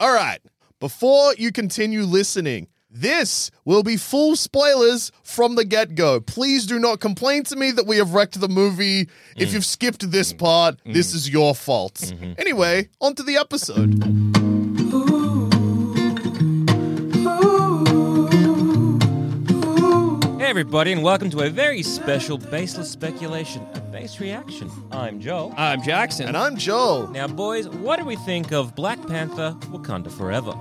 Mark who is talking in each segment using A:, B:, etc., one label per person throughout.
A: All right. Before you continue listening, this will be full spoilers from the get go. Please do not complain to me that we have wrecked the movie. If you've skipped this part, this is your fault. Anyway, on to the episode.
B: Hey everybody, and welcome to a very special Baseless Speculation, a base reaction. I'm Joel.
C: I'm Jackson.
A: And I'm Joel.
B: Now, boys, what do we think of Black Panther Wakanda Forever?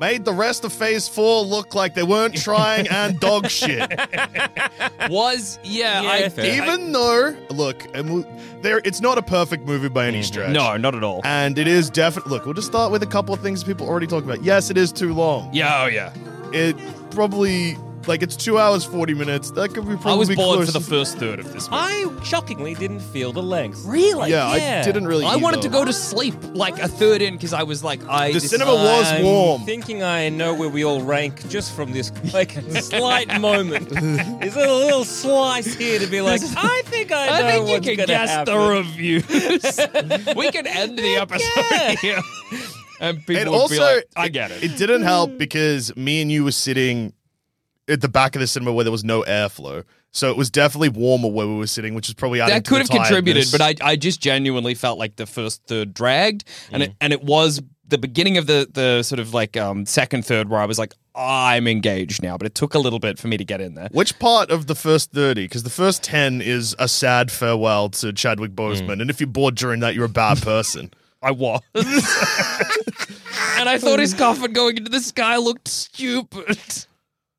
A: Made the rest of phase four look like they weren't trying and dog shit.
C: was yeah,
B: Yeah,
C: I
B: fair.
A: Even though, look, and we- there it's not a perfect movie by any stretch.
C: no, not at all.
A: And it is definitely. Look, we'll just start with a couple of things people already talked about. Yes, it is too long.
C: Yeah, oh yeah.
A: It probably like it's two hours forty minutes. That could be probably.
C: I was bored
A: close
C: for the
A: to-
C: first third of this movie.
B: I shockingly didn't feel the length.
C: really?
A: Yeah, I
B: Yeah.
A: didn't really.
C: I wanted
A: either.
C: to go to sleep like a third in because I was like, I.
A: The
C: this-
A: cinema was
C: I'm-
A: warm.
B: Thinking I know where we all rank just from this like slight moment. Is a little slice here to be like, I think I know
C: I think
B: what's
C: you can
B: gonna
C: guess
B: happen.
C: the reviews. we can end the episode
B: Yeah.
C: here. And people
A: And
C: would
A: also,
C: be like, I get it.
A: It didn't help because me and you were sitting at the back of the cinema where there was no airflow, so it was definitely warmer where we were sitting, which is probably adding
C: that
A: to the
C: could have contributed,
A: tiredness.
C: but I, I just genuinely felt like the first third dragged, and it and it was the beginning of the the sort of like um second third where I was like I'm engaged now, but it took a little bit for me to get in there.
A: Which part of the first 30? Because the first 10 is a sad farewell to Chadwick Boseman. And if you're bored during that, you're a bad person.
C: Hmm. I was, and I thought his coffin going into the sky looked stupid.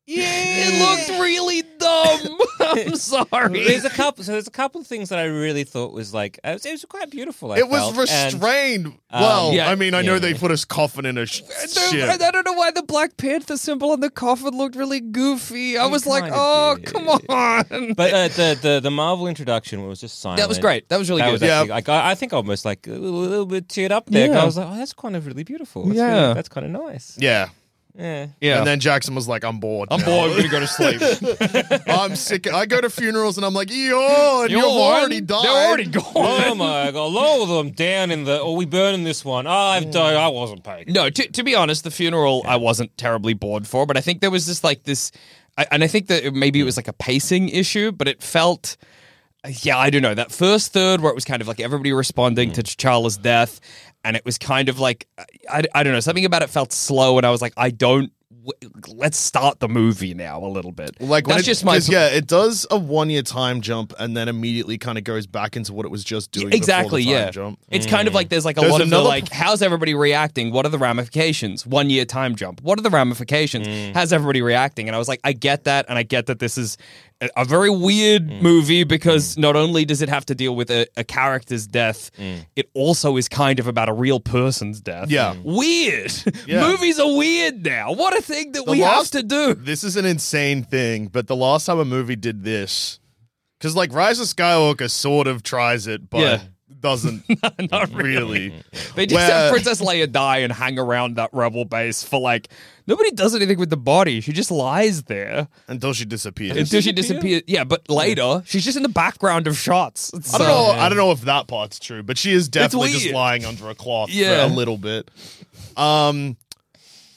C: Yeah, it looked really dumb. I'm sorry.
B: There's a couple. So there's a couple of things that I really thought was like it was, it was quite beautiful. I
A: it was
B: felt, and-
A: restrained. well,
C: um, yeah,
A: I mean, I know
B: yeah.
A: they put his coffin in a sh-
C: I
A: ship.
C: don't know why the Black Panther symbol on the coffin looked really goofy. I
B: It
C: was like,
B: kinda
C: oh,
B: did.
C: come on.
B: But uh, the, the the Marvel introduction was just silent.
C: That was great. That was really
B: That
C: good.
B: was
A: Yeah.
B: actually, like I, I think I almost like a little, little bit teared up there. 'cause
C: Yeah.
B: I was like, oh, that's kind of really beautiful. That's
C: Yeah.
B: really- that's kind of nice.
A: Yeah.
B: Yeah.
C: yeah.
A: And then Jackson was like, I'm bored.
C: I'm
A: now.
C: bored. I'm gonna go to sleep.
A: I'm sick. I go to funerals and I'm like, yo, and you've already died.
C: They're already gone.
B: Oh my god! Lower them down in the. Oh, we burning this one. Oh, I've died. I wasn't paid.
C: No, to, to be honest, the funeral I wasn't terribly bored for, but I think there was just like this, I, and I think that it- maybe it
A: Hmm.
C: was like a pacing issue, but it felt. Yeah, I don't know. That first third where it was kind of like everybody responding
A: Hmm.
C: to T'Challa's death, and it was kind of like, I, I don't know, something about it felt slow, and I was like, I don't, w- let's start the movie now a little bit.
A: Like when
C: That's
A: it-
C: just my.
A: 'cause, yeah, it does a one year time jump and then immediately kind of goes back into what it was just doing. before the
C: exactly
A: time
C: yeah
A: Jump.
C: it's kind of like there's like a
A: Mm. There's
C: lot of the,
A: another-
C: like how's everybody reacting what are the ramifications one year time jump what are the ramifications
A: Mm.
C: how's everybody reacting and i was like i get that and i get that this is a- a very weird
A: Mm.
C: movie because not only does it have to deal with a, a character's death it also is kind of about a real person's death
A: Mm. Yeah.
C: weird
A: Yeah.
C: movies are weird now what a thing that
A: The
C: we
A: last-
C: have to do
A: This is an insane thing, but the last time a movie did this, because like Rise of Skywalker sort of tries it, but
C: Yeah.
A: doesn't
C: Not
A: really.
C: They just
A: Where-
C: have Princess Leia die and hang around that rebel base for like nobody does anything with the body. She just lies there
A: until she disappears.
C: until she
B: disappear?
C: disappears. Yeah, but later she's just in the background of shots.
A: I
C: So-
A: don't know. I don't know if that part's true, but she is definitely just
C: weird.
A: lying under a cloth
C: Yeah.
A: for a little bit. Um,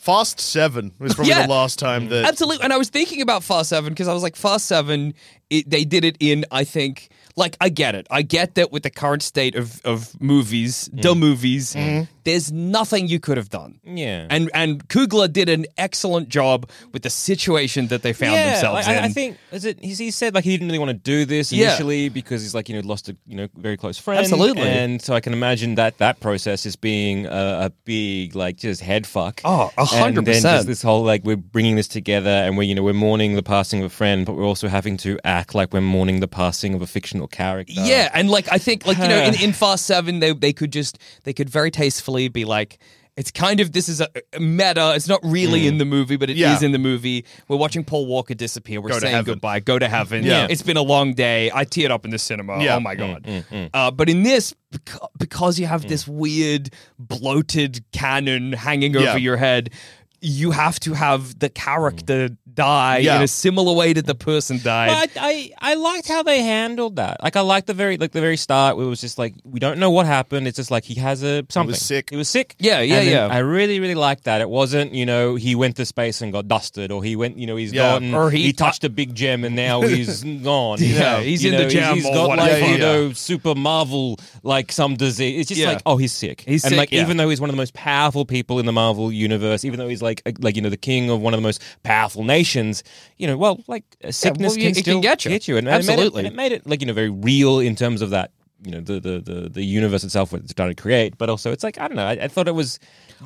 A: Fast Seven was probably
C: Yeah.
A: the last time that
C: Absolutely. And I was thinking about Fast Seven because I was like, Fast Seven, it, they did it in, I think, like, I get it. I get that with the current state of, of movies,
B: Mm.
C: the movies,
A: Mm.
C: there's nothing you could have done.
B: Yeah.
C: And and Kugler did an excellent job with the situation that they found
B: yeah,
C: themselves
B: like,
C: in.
B: I, I think is it, he, he said like he didn't really want to do this
C: Yeah.
B: initially because he's like you know lost a you know very close friend.
C: Absolutely.
B: and so I can imagine that that process is being a, a big like just head fuck.
C: Oh, a
B: And
C: hundred
B: then just
C: percent.
B: This whole like we're bringing this together and we're you know we're mourning the passing of a friend, but we're also having to act like we're mourning the passing of a fictional character.
C: Yeah, and like I think like you know in, in Fast Seven they they could just they could very tastefully be like It's kind of this is a, a meta. It's not really in the movie, but it is
A: Mm. Yeah.
C: in the movie. We're watching Paul Walker disappear. We're
A: Go to
C: saying
A: heaven.
C: goodbye. Go to heaven.
A: Yeah.
C: It's been a long day. I teared up in the cinema.
A: Yeah. Mm,
C: Oh my god. Uh, but in this, beca- because you have this weird bloated canon hanging over
A: Yeah.
C: your head. You have to have the character die
A: Mm. Yeah.
C: in a similar way that the person died.
B: But I, I I liked how they handled that. Like I liked the very like the very start where it was just like we don't know what happened. It's just like he has a something.
A: sick.
B: He was sick.
C: Yeah, yeah,
B: And then
C: yeah.
B: I really really liked that. It wasn't you know he went to space and got dusted or he went you know he's
A: Yeah.
B: gone
C: Or he-
B: he, touched a big gem and now he's gone. you
C: Yeah,
B: know.
C: he's
B: You
C: in the
B: know,
C: gem
B: He's
C: or
B: got like
A: whatever.
B: you
A: Yeah.
B: know super Marvel like some disease. It's just
C: Yeah.
B: like oh he's sick.
C: He's
B: and
C: sick,
B: like
C: yeah.
B: even though he's one of the most powerful people in the Marvel universe, even though he's like like you know the king of one of the most powerful nations, you know well like a
C: Yeah,
B: sickness
C: well,
B: can
C: it can
B: still
C: get you.
B: and it made it-
C: Absolutely.
B: and it made it like you know very real in terms of that you know the the the, the universe itself what it's trying to create but also it's like i don't know i, I thought it was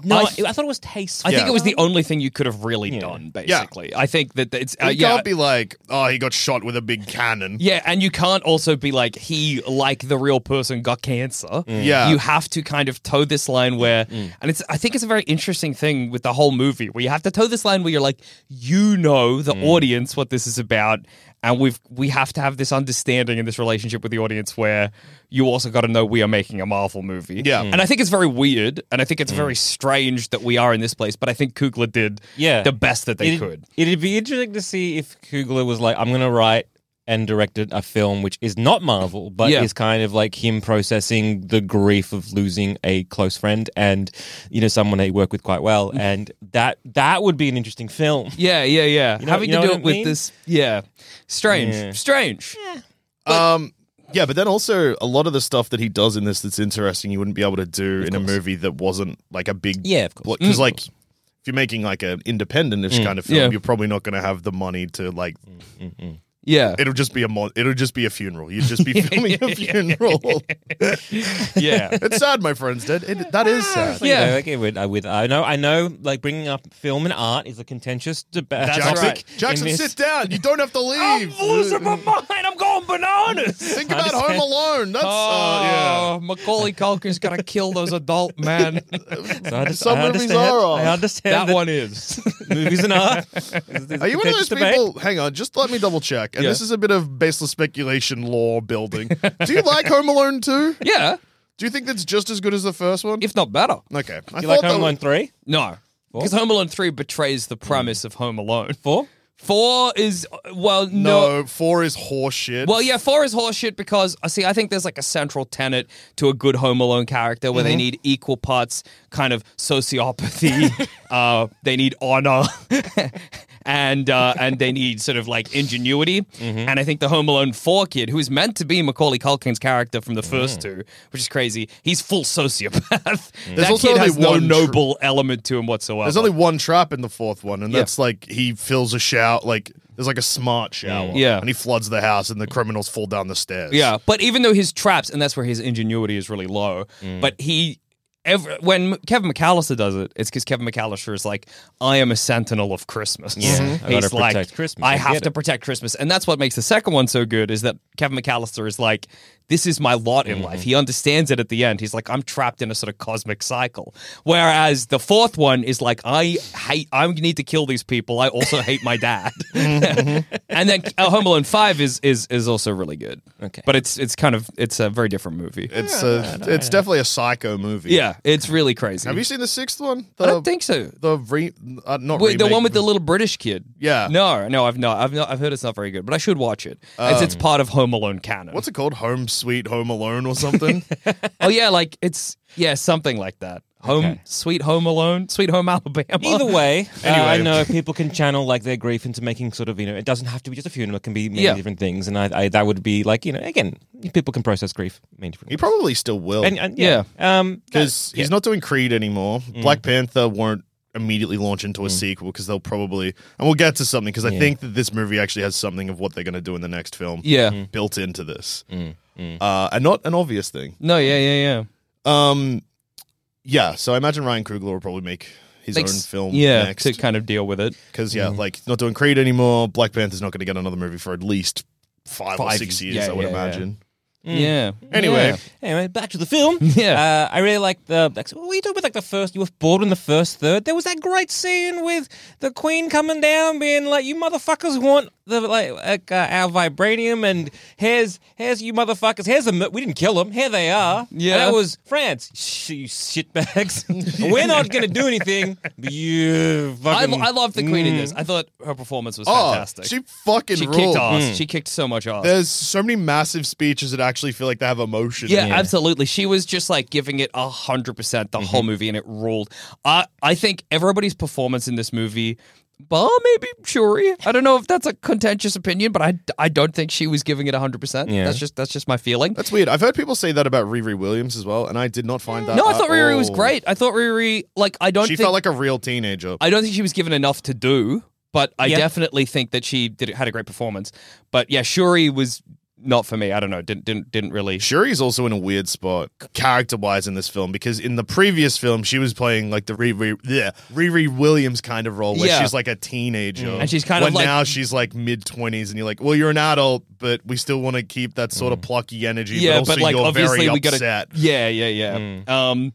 B: no
C: I
B: I,
C: th-
B: I thought it was tasteful
C: I think it was the only thing you could have really done,
A: Yeah.
C: basically. I think that that it's uh,
A: You
C: yeah,
A: can't be like, oh, he got shot with a big cannon.
C: yeah, and you can't also be like he, like the real person, got cancer.
A: Mm. Yeah. Mm.
C: you have to kind of toe this line where, and it's I think it's a very interesting thing with the whole movie where you have to toe this line where you're like, you know,
A: Mm.
C: the audience what this is about, and we've we have to have this understanding and this relationship with the audience where you also got to know we are making a Marvel movie.
A: Yeah. Mm.
C: and I think it's very weird, and I think it's very strange that we are in this place, but I think Kugler did
B: Yeah.
C: the best that they
B: It'd-
C: could.
B: It'd be interesting to see if Kugler was like, I'm going to write and direct a film which is not Marvel, but
C: Yeah.
B: is kind of like him processing the grief of losing a close friend and, you know, someone they work with quite well.
C: Mm.
B: And that that would be an interesting film.
C: Yeah, yeah, yeah.
B: know-
C: Having
B: you know
C: to do
B: what
C: it
B: I
C: with
B: mean?
C: this, yeah, strange,
B: Yeah.
C: strange.
A: Um, yeah, but then also a lot of the stuff that he does in this that's interesting, you wouldn't be able to do in a movie that wasn't like a big
B: Yeah, of course.
C: Mm.
A: because like if you're making like an independent-ish kind of film,
C: yeah. Mm.
A: you're probably not going to have the money to like.
C: Yeah,
A: It'll just be a mo- it'll just be a funeral. You'd just be filming a funeral.
C: yeah,
A: it's sad, my friends. Dead. It, that is sad.
C: Ah, Yeah.
B: Yeah, like it would, I would. uh, I know, I know. Like bringing up film and art is a contentious uh, debate.
A: Jackson,
C: right.
A: Jackson, sit down. You don't have to leave.
C: my mind. I'm going bananas.
A: Think about Home Alone. That's uh, yeah.
C: Oh, Macaulay Culkin's gotta kill those adult men.
B: So I just-
A: Some
B: I
A: movies
B: understand-
A: are off.
B: I understand
C: that
B: that
C: one is.
B: Movies and art.
A: Are you one of those
B: Contentious debate.
A: people? Hang on, just let me double check. And
C: Yeah.
A: this is a bit of baseless speculation lore building. Do you like Home Alone 2?
C: yeah,
A: Do you think that's just as good as the first one?
C: if not better.
A: okay, I
B: You like
A: that
B: Home Alone
A: was-
B: three,
C: No, because Home Alone three betrays the premise of Home Alone.
B: four?
C: Four is uh, well, no,
A: No, four is horseshit.
C: Well, yeah, four is horseshit because I see. I think there's like a central tenet to a good Home Alone character where
A: Mm-hmm.
C: they need equal parts kind of sociopathy. uh, they need honor. And uh, and they need sort of like ingenuity,
A: Mm-hmm.
C: and I think the Home Alone four kid, who is meant to be Macaulay Culkin's character from the
A: Mm.
C: first two, which is crazy, he's full sociopath. that
A: also
C: kid
A: only
C: has no
A: one tr-
C: noble element to him whatsoever.
A: there's only one trap in the fourth one, and
C: Yeah.
A: that's like he fills a shower. Like there's like a smart shower.
C: Yeah.
A: and he floods the house, and the criminals fall down the stairs.
C: Yeah, but even though his traps, and that's where his ingenuity is really low,
B: Mm.
C: but he. Every, when Kevin McAllister does it, it's because Kevin McAllister is like, I am a sentinel of Christmas.
B: Yeah, Mhm. I gotta
C: He's like,
B: protect Christmas.
C: I
B: I
C: have
B: get
C: to protect Christmas. And that's what makes the second one so good is that Kevin McAllister is like, this is my lot in life. He
B: Mm-hmm.
C: understands it at the end. He's like, I'm trapped in a sort of cosmic cycle. Whereas the fourth one is like, I hate, I need to kill these people. I also hate my dad.
B: Mm-hmm.
C: and then uh, Home Alone Five is is is also really good.
B: Okay.
C: but it's it's kind of it's a very different movie.
A: it's a, it's definitely a psycho movie.
C: yeah, it's really crazy.
A: have you seen uh, the sixth one? The,
C: I don't think so.
A: the re, uh, not
C: Wait, the
A: remake,
C: one with the little British kid.
A: Yeah.
C: No, no, I've not. I've not. I've heard it's not very good, but I should watch it. as it's part of Home Alone canon.
A: Um, what's it called? Home Sweet Home Alone or something?
C: oh yeah, like it's yeah something like that. Home
B: Okay.
C: Sweet Home Alone, Sweet Home Alabama.
B: Either way, uh,
A: Anyway.
B: I know people can channel like their grief into making sort of you know it doesn't have to be just a funeral; it can be many
C: Yeah.
B: different things. And I, I that would be like you know again, people can process grief many different.
A: he
B: ways.
A: probably still will.
B: And, and yeah, um,
A: because he's not doing Creed anymore.
C: Mm.
A: Black Panther won't immediately launch into a sequel because they'll probably and we'll get to something because I think that this movie actually has something of what they're going to do in the next film.
C: Yeah.
B: Mm-hmm.
C: Mm,
A: built into this, Uh, and not an obvious thing.
C: No, yeah, yeah, yeah.
A: Um, yeah, so I imagine Ryan Coogler will probably make his own
C: Makes-
A: film
C: yeah,
A: next
C: to kind of deal with it.
A: because yeah,
C: Mm-hmm.
A: like he's not doing Creed anymore. Black Panther's not going to get another movie for at least five, or
C: Five,
A: six years,
C: yeah,
A: I would
C: yeah, yeah.
A: imagine.
B: Mm.
C: Yeah.
A: Anyway.
C: Yeah.
B: Anyway, back to the film.
C: Yeah.
B: uh, I really like the. like, What were you talking about? Like the first, you were bored in the first third. There was that great scene with the Queen coming down, being like, "You motherfuckers want the like, like uh, our vibranium, and here's here's you motherfuckers. Here's them. We didn't kill them. Here they are.
C: Yeah.
B: and it was France. Sh- you shitbags. we're not gonna do anything. Mm. But you
C: I,
B: fucking.
C: I love the Queen in this. I thought her performance was
A: mm. Oh,
C: fantastic.
A: she fucking
C: She
A: ruled.
C: kicked ass. She kicked so much ass.
A: There's so many massive speeches that actually feel like they have emotion.
C: Yeah,
B: Yeah.
C: absolutely. She was just like giving it hundred percent the
A: Mm-hmm.
C: whole movie, and it ruled. I I think everybody's performance in this movie, well, maybe Shuri. I don't know if that's a contentious opinion, but I, I don't think she was giving it hundred percent.
B: Yeah.
C: That's just that's just my feeling.
A: That's weird. I've heard people say that about Riri Williams as well, and I did not find that.
C: Mm. no, I
A: at
C: thought Riri was
A: all.
C: great. I thought Riri like I don't
A: She
C: think
A: felt like a real teenager.
C: I don't think she was given enough to do, but I
B: Yeah.
C: definitely think that she did had a great performance. But yeah, Shuri was not for me. I don't know. Didn't didn't didn't really.
A: Shuri's also in a weird spot character wise in this film because in the previous film she was playing like the Riri, yeah, Riri Williams kind of role where
C: Yeah.
A: she's like a teenager.
C: And she's kind of
A: when
C: like-
A: now she's like mid 20s and you're like, well, you're an adult, but we still want to keep that sort of plucky energy.
C: yeah,
A: but, also
C: but like
A: you're
C: obviously
A: very
C: we got
A: upset. Hmm.
C: Yeah, yeah, yeah. Um,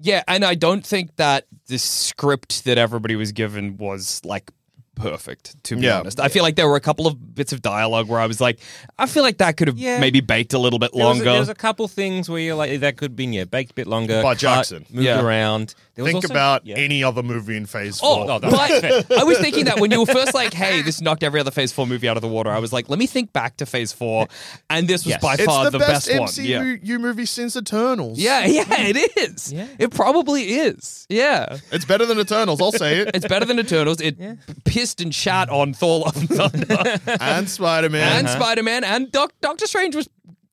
C: yeah, and I don't think that the script that everybody was given was like perfect. To be
A: Yeah.
C: honest, I feel like there were a couple of bits of dialogue where I was like, I feel like that could have
B: Yeah.
C: maybe baked a little bit
B: There was a-
C: longer.
B: There was a couple things where you're like that could be yeah baked a bit longer.
A: By
B: cut,
A: Jackson.
B: moved
C: Yeah.
B: around. There was
A: Think
B: also-
A: about
B: yeah.
A: any other movie in phase
C: Oh,
A: four.
C: but I was thinking that when you were first like, "Hey, this knocked every other Phase Four movie out of the water," I was like, "Let me think back to Phase Four, and this was
B: Yes.
C: by
A: it's
C: far
A: the, best,
C: one. Yeah.
A: MCU movie since Eternals.
C: yeah, yeah, it is.
B: Yeah.
C: It probably is. Yeah,
A: It's better than Eternals, I'll say it.
C: it's better than Eternals. It pissed and shat on Thor: Love and
A: Uh-huh.
C: Thunder.
A: and Spider Man.
C: and Spider Man and Doc- Doctor Strange was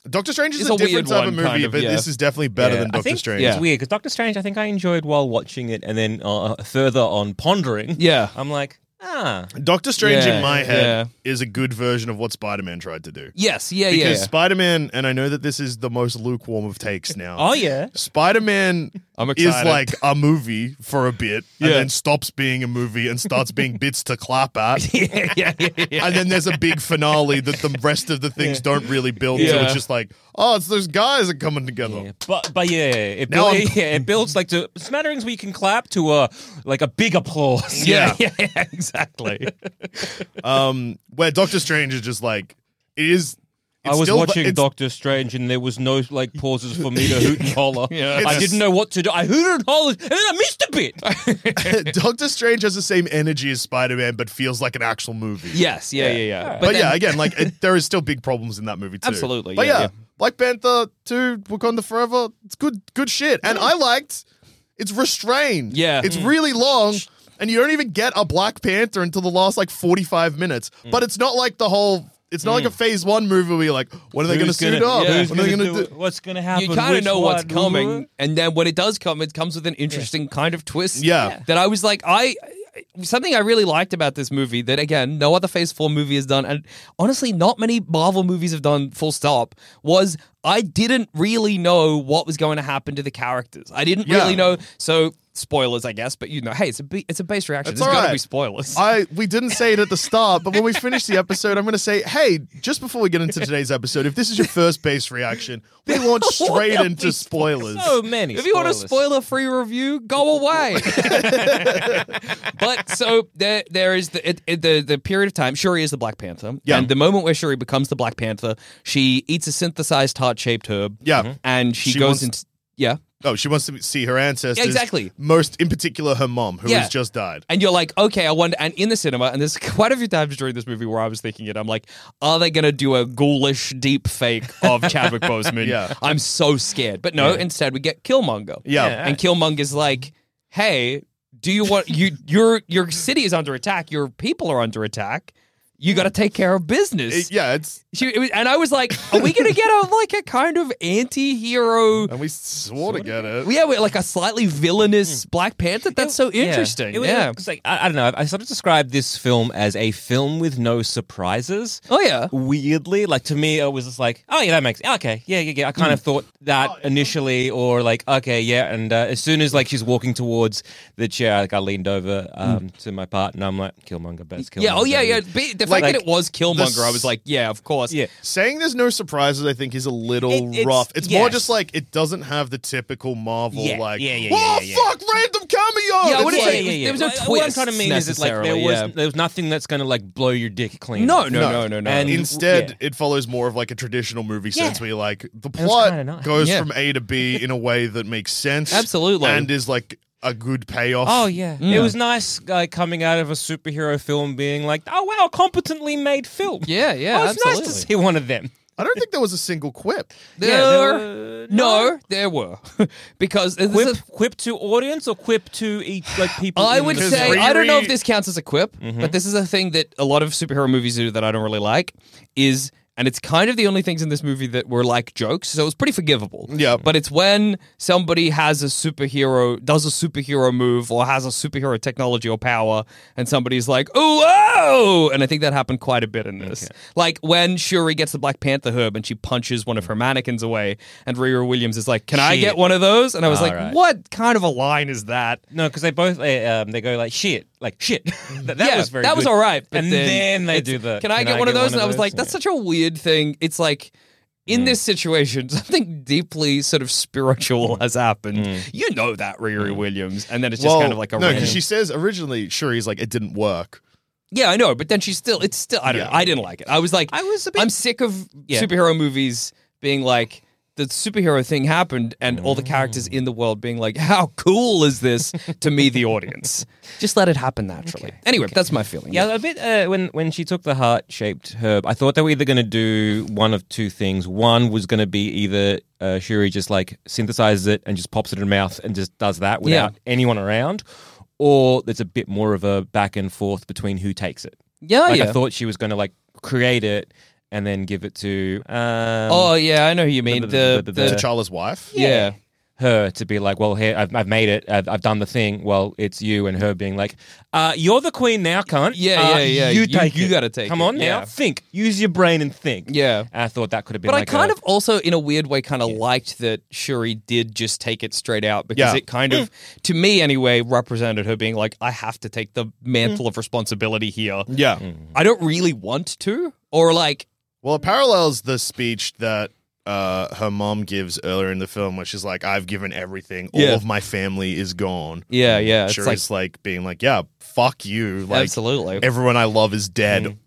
A: Doctor Strange is
C: It's
A: a,
C: a weird
A: different type
C: one,
A: of movie,
C: kind of,
A: but
C: yeah.
A: this is definitely better
B: Yeah,
A: than
B: I
A: Doctor
B: think
A: Strange.
B: It's weird because Doctor Strange, I think I enjoyed while watching it, and then uh, further on pondering.
C: Yeah.
A: Oh.
B: I'm like, ah,
A: Doctor Strange
C: Yeah,
A: in my head is a good version of what Spider Man tried to do.
C: yes, yeah, yeah.
A: Because Spider Man, and I know that this is the most lukewarm of takes now.
B: oh yeah,
A: Spider Man
C: I'm
A: is
C: excited.
A: like a movie for a bit
C: Yeah.
A: and then stops being a movie and starts being bits to clap at.
C: yeah, yeah, yeah, yeah.
A: And then there's a big finale that the rest of the things don't really build to.
C: Yeah.
A: It's just like, oh, it's those guys are coming together.
B: Yeah, but but yeah, it
A: Now
B: builds,
A: I'm-
B: yeah, it builds like to smatterings where you can clap to a like a big applause.
A: Yeah.
C: yeah, yeah, exactly.
A: Um, where Doctor Strange is just like, it is.
B: I was watching
A: Doctor.
B: Doctor Strange and there was no like pauses for me to hoot and holler.
C: Yeah.
B: I
A: It's-
B: didn't know what to do. I hooted and hollered and then I missed a bit.
A: Doctor Strange has the same energy as Spider Man, but feels like an actual movie.
C: yes, yeah, yeah, yeah.
B: Alright.
A: but,
C: then-
A: yeah, again, like it, there is still big problems in that movie too.
C: Absolutely,
A: but
C: yeah,
A: yeah,
C: yeah.
A: Black Panther two, Wakanda Forever, it's good, good shit, and I liked. It's restrained.
C: Yeah.
A: it's really long. And you don't even get a Black Panther until the last like 45 minutes. But it's not like the whole, it's not like a phase one movie where you're like, when are they going to
B: Who's
A: suit up?
C: yeah.
B: who's
A: When are they
B: gonna
A: going to
B: do
A: do?
B: it? What's going to happen?
C: you kind
B: Which
C: of know what's
B: one?
C: coming, and then when it does come, it comes with an interesting kind of twist.
A: Yeah. Yeah.
C: that I was like, I something I really liked about this movie that again, no other Phase Four movie has done, and honestly, not many Marvel movies have done. Full stop. Was I didn't really know what was going to happen to the characters. I didn't
A: Yeah.
C: really know. So spoilers, I guess, but you know, hey, it's a be- it's a base reaction.
A: That's
C: There's got to
A: alright.
C: be spoilers.
A: I we didn't say it at the start, but when we finish the episode, I'm going to say, hey, just before we get into today's episode, if this is your first base reaction, we launch straight
C: There'll
A: into
C: be
A: spoilers.
B: So
C: Oh,
B: many.
C: If you want a
B: spoilers.
C: spoiler free review, go away. but so there, there is the, it, it- the the period of time. Shuri is the Black Panther,
A: Yeah.
C: and the moment where Shuri becomes the Black Panther, she eats a synthesized heart shaped herb.
A: Yeah.
C: and she,
A: She
C: goes
A: wants-
C: into yeah.
A: Oh, she wants to see her ancestors.
C: Exactly.
A: Most in particular, her mom, who
C: Yeah.
A: has just died.
C: And you're like, okay, I wonder. And in the cinema, and there's quite a few times during this movie where I was thinking it, I'm like, are they going to do a ghoulish deep fake of Chadwick Boseman?
A: Yeah.
C: I'm so scared. But no, instead we get Killmonger.
A: Yeah.
B: Yeah.
C: and Killmonger's like, "Hey, do you want you your your city is under attack? Your people are under attack. You got to take care of business."
A: It- yeah, it's
C: she, it was, and I was like, "Are we gonna get a like a kind of anti-hero?"
A: and we swore to get it.
C: Yeah, we're like a slightly villainous Black Panther. That's so Oh, interesting.
B: Hmm. It was-
C: yeah.
B: it was like, I, I don't know. I sort of described this film as a film with no surprises.
C: Oh yeah.
B: Weirdly, like to me, it was just like, oh yeah, that makes okay, yeah, yeah, yeah. I
C: Hmm.
B: kind of thought that
C: Oh,
B: initially, or like, okay, yeah. And uh, as soon as like she's walking towards the chair, like I leaned over um, to my partner, I'm like, Killmonger, best Killmonger.
C: Hmm. Yeah. Oh yeah. Yeah. Be, the the fact
B: like-
C: that it was Killmonger,
A: the
C: I was like, yeah, of course.
B: Yeah.
A: Saying there's no surprises, I think, is a little
B: It- it's-
A: rough. It's more
B: yes.
A: just like it doesn't have the typical Marvel,
B: Yeah,
A: like,
B: yeah, yeah,
A: oh,
B: yeah, yeah,
A: fuck, random cameo.
B: Oh,
C: Yeah, I
A: It's
C: wouldn't
A: like-
C: say- there was no
B: Like, What I'm
C: twists
B: trying to mean is, it's like there
C: necessarily,
B: was
C: yeah.
B: there was nothing that's going to like blow your dick clean.
C: No, no, no,
A: No.
C: no, no. no.
B: And-
A: Instead,
B: yeah.
A: it follows more of like a traditional movie sense
B: Yeah.
A: where you're like the
B: was kinda
A: plot
B: nice.
A: goes
C: Yeah.
A: from A to B in a way that makes sense.
C: Absolutely.
A: And is like a good payoff.
B: Oh yeah,
C: Yeah.
B: it was nice like, coming out of a superhero film being like, oh wow, competently made film.
C: yeah, yeah,
B: oh, it's
C: absolutely.
B: nice to see one of them.
A: I don't think there was a single quip.
C: There,
B: Yeah, there were-
C: no, there were because this
B: Quip,
C: is-
B: quip to audience or quip to each like people.
C: I
B: in
C: would
B: the- Mm-hmm.
A: Because
C: say
A: Riri-
C: I don't know if this counts as a quip, but this is a thing that a lot of superhero movies do that I don't really like is and it's kind of the only things in this movie that were like jokes, so it was pretty forgivable.
A: Yeah.
C: But it's when somebody has a superhero does a superhero move or has a superhero technology or power and somebody's like, "Ooh, oh!" And I think that happened quite a bit in this. Like when Shuri gets the Black Panther herb and she punches one of her mannequins away and Riri Williams is like, "Can I
B: Shit.
C: get one of those?" And I was like,
B: Alright.
C: "What kind of a line is that?"
B: No, because they both they, um, they go like shit, like shit. that that
C: yeah,
B: was very
C: that was
B: good.
C: all right. But
B: and
C: then,
B: then, they
C: it's,
B: do the.
C: Can I get one of those? and I was like,
B: Yeah.
C: that's such a weird thing. It's like.
B: Mm.
C: In this situation, something deeply sort of
B: Mm.
C: spiritual has happened. You know that, Riri Williams, and then it's just kind of like a
A: no,
C: random.
A: because she says originally Shuri's like it didn't work.
C: yeah, I know, but then she's still. It's still. I don't.
A: Yeah.
C: know. I didn't like it. I was like,
B: I was a bit-
C: I'm sick of
B: Yeah.
C: superhero movies being like the superhero thing happened, and all the
B: Mm.
C: characters in the world being like, "How cool is this?" to me, the audience. Just let it happen naturally. Anyway, that's my feeling.
B: Yeah, a bit. Uh, when when she took the heart shaped herb, I thought they were either going to do one of two things. One was going to be either uh, Shuri just like synthesizes it and just pops it in her mouth and just does that without
C: Yeah.
B: anyone around, or there's a bit more of a back and forth between who takes it.
C: yeah,
B: like
C: Oh, yeah.
B: I thought she was going to like create it and then give it to um,
C: Oh yeah, I know who you mean.
B: the-
C: The,
B: the-
C: the,
B: the-
A: T'Challa's wife.
C: yeah.
B: her to be like, well, here I've, I've made it, I've, I've done the thing. Well, it's you, and her being like, uh, you're the queen now, cunt.
C: Yeah,
B: Uh,
C: yeah, yeah.
B: You,
C: You-
B: take
C: you
B: it.
C: gotta take
B: Come
C: it."
B: on now,
C: Yeah.
B: think. Use your brain and think.
C: Yeah.
B: And I thought that could have been.
C: But
B: like
C: I kind
B: a-
C: of also, in a weird way, kind of liked that Shuri did just take it straight out because
A: Yeah.
C: it kind of, to me anyway, represented her being like, I have to take the mantle of responsibility here.
A: Yeah.
C: I don't really want to, or like,
A: Well, it parallels the speech that uh, her mom gives earlier in the film, where she's like, "I've given everything.
C: Yeah.
A: All of my family is gone."
C: yeah, yeah, it's like,
A: Shuri's like, being like, "Yeah, fuck you. Like
C: absolutely. Mm.
A: everyone I love is dead."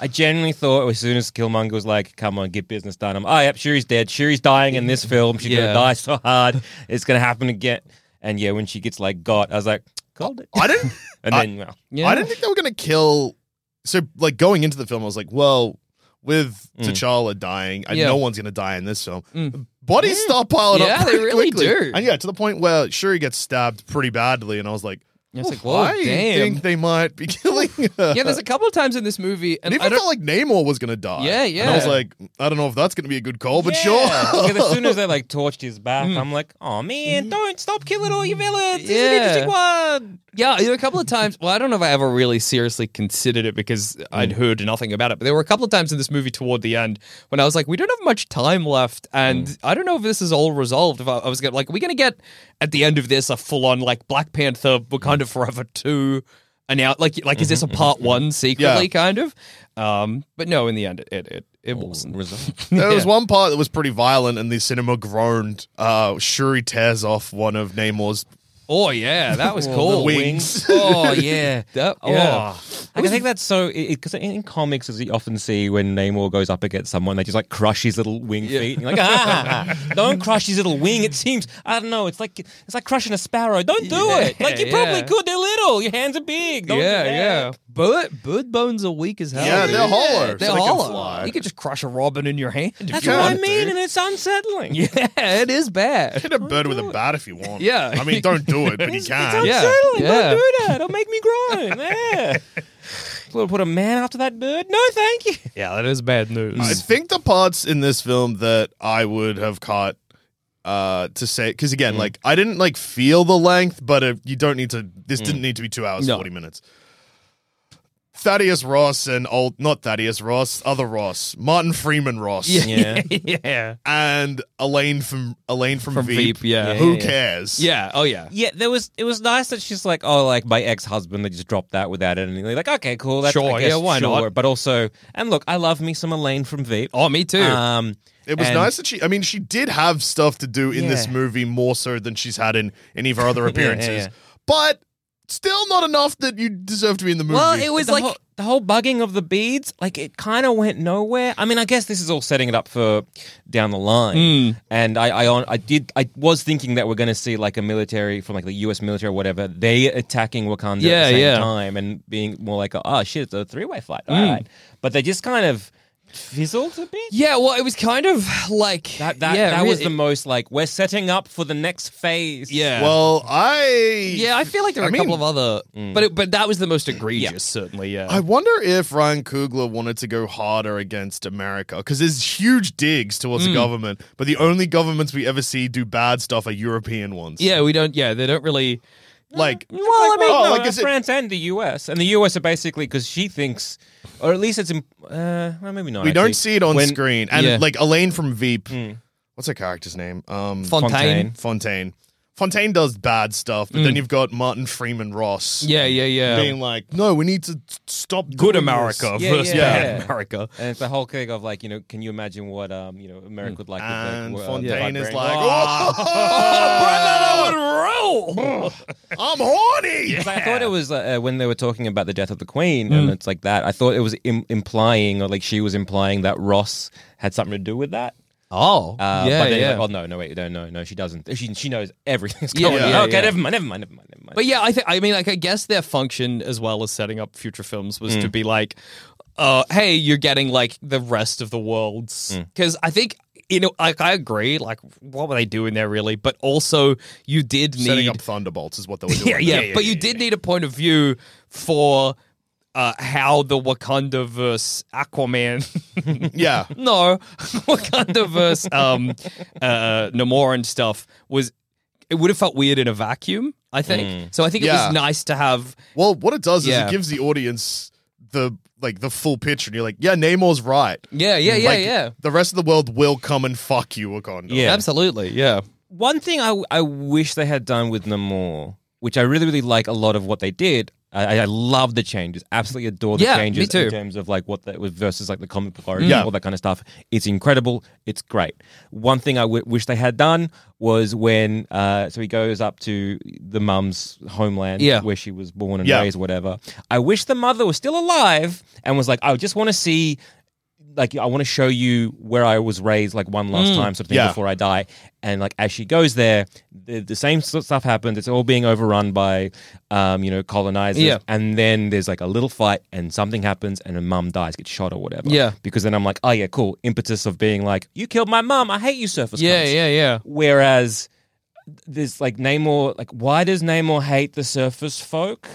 B: I genuinely thought as soon as Killmonger was like, "Come on, get business done," I'm, "Oh, yep, Shuri's dead. Shuri's dying in this film. She's
C: Yeah.
B: gonna die so hard. It's gonna happen again." And yeah, when she gets like got, I was like, "Called it."
A: I didn't.
B: And
A: I-
B: then, well,
C: yeah.
A: I didn't think they were gonna kill. So, like going into the film, I was like, "Well, with T'Challa dying, I,
C: Yeah.
A: no one's gonna die in this film."
C: Mm.
A: Bodies start piling
C: Yeah,
A: up.
C: they
A: pretty
C: really
A: quickly.
C: do.
A: And yeah, to the point where Shuri gets stabbed pretty badly, and I was like,
C: Yeah, it's like,
A: "Well,
C: whoa,
A: I
C: damn."
A: think they might be killing her."
C: yeah, there's a couple of times in this movie, and
A: It
C: I
A: even
C: don't.
A: felt like Namor was gonna die.
C: Yeah,
A: And I was
C: yeah.
A: like, I don't know if that's gonna be a good call, but
B: Yeah.
A: sure.
B: Because as soon as they like torched his back, I'm like, oh man, don't stop killing all your villains. This
C: Mm. Yeah.
B: is an interesting one.
C: Yeah, there were a couple of times. Well, I don't know if I ever really seriously considered it because
A: Mm.
C: I'd heard nothing about it. But there were a couple of times in this movie toward the end when I was like, "We don't have much time left," and
A: Mm.
C: I don't know if this is all resolved. If I, I was gonna, like, "Are we going to get at the end of this a full-on like Black Panther
A: Mm.
C: Wakanda Forever two and out like like is this a part one secretly
A: Mm-hmm, Yeah.
C: kind of?" Um, but no, in the end, it it it, it wasn't.
A: There was one part that was pretty violent, and the cinema groaned. Uh, Shuri tears off one of Namor's
C: Oh yeah, that was cool.
A: wings.
C: Oh yeah, that, yeah.
B: Oh. Like, I think that's so because in in comics, as you often see when Namor goes up against someone, they just like crush his little wing feet. And you're like, ah, don't crush his little wing. It seems I don't know. It's like it's like crushing a sparrow. Don't do
C: Yeah,
B: it. Like you probably
C: yeah.
B: could. They're little. Your hands are big. Don't do
C: yeah,
B: that.
C: yeah. Bird, bird bones are weak as hell.
A: Yeah, they're hollow, so
C: Oh, They're
A: they can
C: hollow.
A: fly.
C: You could just crush a robin in your hand. If
B: That's
C: you
A: Yeah.
B: what I
C: want.
B: mean, and it's unsettling.
C: Yeah, it is bad.
A: Hit a bird with a bat if you want.
C: Yeah.
A: I mean, don't do it, but you
B: It's,
A: can.
B: it's
C: Yeah.
B: unsettling.
C: Yeah.
B: Don't do that. It'll make me groan. Yeah. Put put a man after that bird? No, thank you.
C: Yeah, that is bad
A: I
C: news.
A: think the parts in this film that I would have caught uh to say because again like i didn't like Mm. feel the length but uh, you don't need to this didn't need to be two hours
C: No.
A: 40 minutes Thaddeus Ross and old, not Thaddeus Ross, other Ross, Martin Freeman Ross,
B: Yeah.
C: yeah.
A: and Elaine from Elaine from,
C: From
A: Veep.
C: Veep, yeah.
A: Who
B: Yeah, yeah.
A: cares?
C: Yeah. Oh, yeah.
B: Yeah, there was. It was nice that she's like, oh, like my ex husband. They just dropped that without anything. Like, okay, cool. That's,
C: Sure,
B: I guess,
C: yeah, why not?
B: sure. But also, and look, I love me some Elaine from Veep.
C: Oh, me too.
B: Um,
A: It was
B: And-
A: nice that she. I mean, she did have stuff to do in this
B: Yeah.
A: movie more so than she's had in any of her other appearances,
B: yeah.
A: but still not enough that you deserve to be in the movie.
C: Well, it was
B: the
C: like
B: whole, the whole bugging of the beads. Like, it kind of went nowhere. I mean, I guess this is all setting it up for down the line.
C: Hmm.
B: And I, I, on, I did, I was thinking that we're going to see like a military from like the U.S. military or whatever. They attacking Wakanda at
C: Yeah,
B: the same
C: yeah. Hmm.
B: time and being more like, a, oh shit, it's a three way fight. All right, but they just kind of fizzled a bit.
C: yeah. Well, it was kind of like
B: That that,
C: yeah,
B: that
C: re-
B: was the most like we're setting up for the next phase.
C: yeah.
A: Well, I
C: yeah. I feel like there
A: I
C: were a couple
A: mean-
C: of other,
B: mm.
C: but it, but that was the most egregious, certainly. Yeah.
A: I wonder if Ryan Coogler wanted to go harder against America because there's huge digs towards
C: Mm.
A: the government, but the only governments we ever see do bad stuff are European ones.
C: yeah. Mm. We don't. Yeah. They don't really.
A: like
B: Well, I mean,
A: oh,
B: no,
A: like, is it-
B: France and the US, and the US are basically because she thinks, or at least it's, imp- uh, well, maybe not.
A: we
B: actually.
A: don't see it on
B: When-
A: screen, and
C: yeah.
A: like Elaine from Veep, what's her character's name? Um,
C: Fontaine.
B: Fontaine.
A: Fontaine. Fontaine does bad stuff, but then you've got Martin Freeman Ross
C: Mm. Yeah. Yeah. Yeah.
A: being like, "No, we need to t- stop
C: good
A: doing
C: America
A: this."
B: Yeah,
C: versus
A: yeah.
C: bad America.
B: And it's the whole thing of like, you know, can you imagine what um, you know, America would like?
A: And
B: with, like, w- uh,
A: Fontaine is
B: vibranium?
A: like,
C: Oh.
A: "Oh, I'm horny."
B: Because I thought it was uh, uh, when they were talking about the death of the queen, and it's like that. I thought it was Im- implying, or like she was implying that Ross had something to do with that.
C: Oh,
B: Uh,
C: yeah,
B: but then he's
C: yeah.
B: Like, oh no, no, wait, no, no, no, she doesn't. She she knows everything that's
C: Yeah,
B: going on.
C: yeah,
B: okay,
C: yeah.
B: never mind, never mind, never mind, never mind.
C: but yeah, I think I mean, like, I guess their function as well as setting up future films was to be like, uh, hey, you're getting like the rest of the world's because I think you know, like, I agree. Like, what were they doing there really? But also, you did need
A: Setting up thunderbolts is what they were doing.
C: yeah, yeah, But you did need a point of view for uh, how the Wakanda verse Aquaman
A: yeah.
C: No, Wakanda verse um, uh, Namor and stuff was it would have felt weird in a vacuum. I think so. I think it
A: Mm. Yeah.
C: was nice to have.
A: Well, what it does is
C: Yeah.
A: it gives the audience the like the full picture, and you're like, "Yeah, Namor's right."
C: Yeah, yeah, yeah,
A: Mm, like,
C: yeah.
A: The rest of the world will come and fuck you, Wakanda.
B: Yeah.
C: Absolutely, yeah.
B: one thing I, I wish they had done with Namor, which I really, really like a lot of what they did. I, I- I love the changes. Absolutely adore the
C: Yeah, me
B: changes
C: too.
B: in terms of like what that was versus like the comic book origin,
A: Yeah.
B: all that kind of stuff. It's incredible. It's great. One thing I w- wish they had done was when uh, so he goes up to the mum's homeland,
C: Yeah.
B: where she was born and
A: Yeah.
B: raised, whatever. I wish the mother was still alive and was like, I just want to see like I want to show you where I was raised, like one
C: Mm.
B: last time, sort of thing,
A: Yeah.
B: before I die. And like as she goes there, the, the same sort of stuff happens. It's all being overrun by, um, you know, colonizers.
C: Yeah.
B: And then there's like a little fight, and something happens, and her mum dies, gets shot or whatever.
C: Yeah.
B: Because then I'm like, oh yeah, cool. Impetus of being like, you killed my mum. I hate you, surface.
C: Yeah,
B: cunts."
C: yeah, yeah.
B: Whereas there's like Namor, like why does Namor hate the surface folk?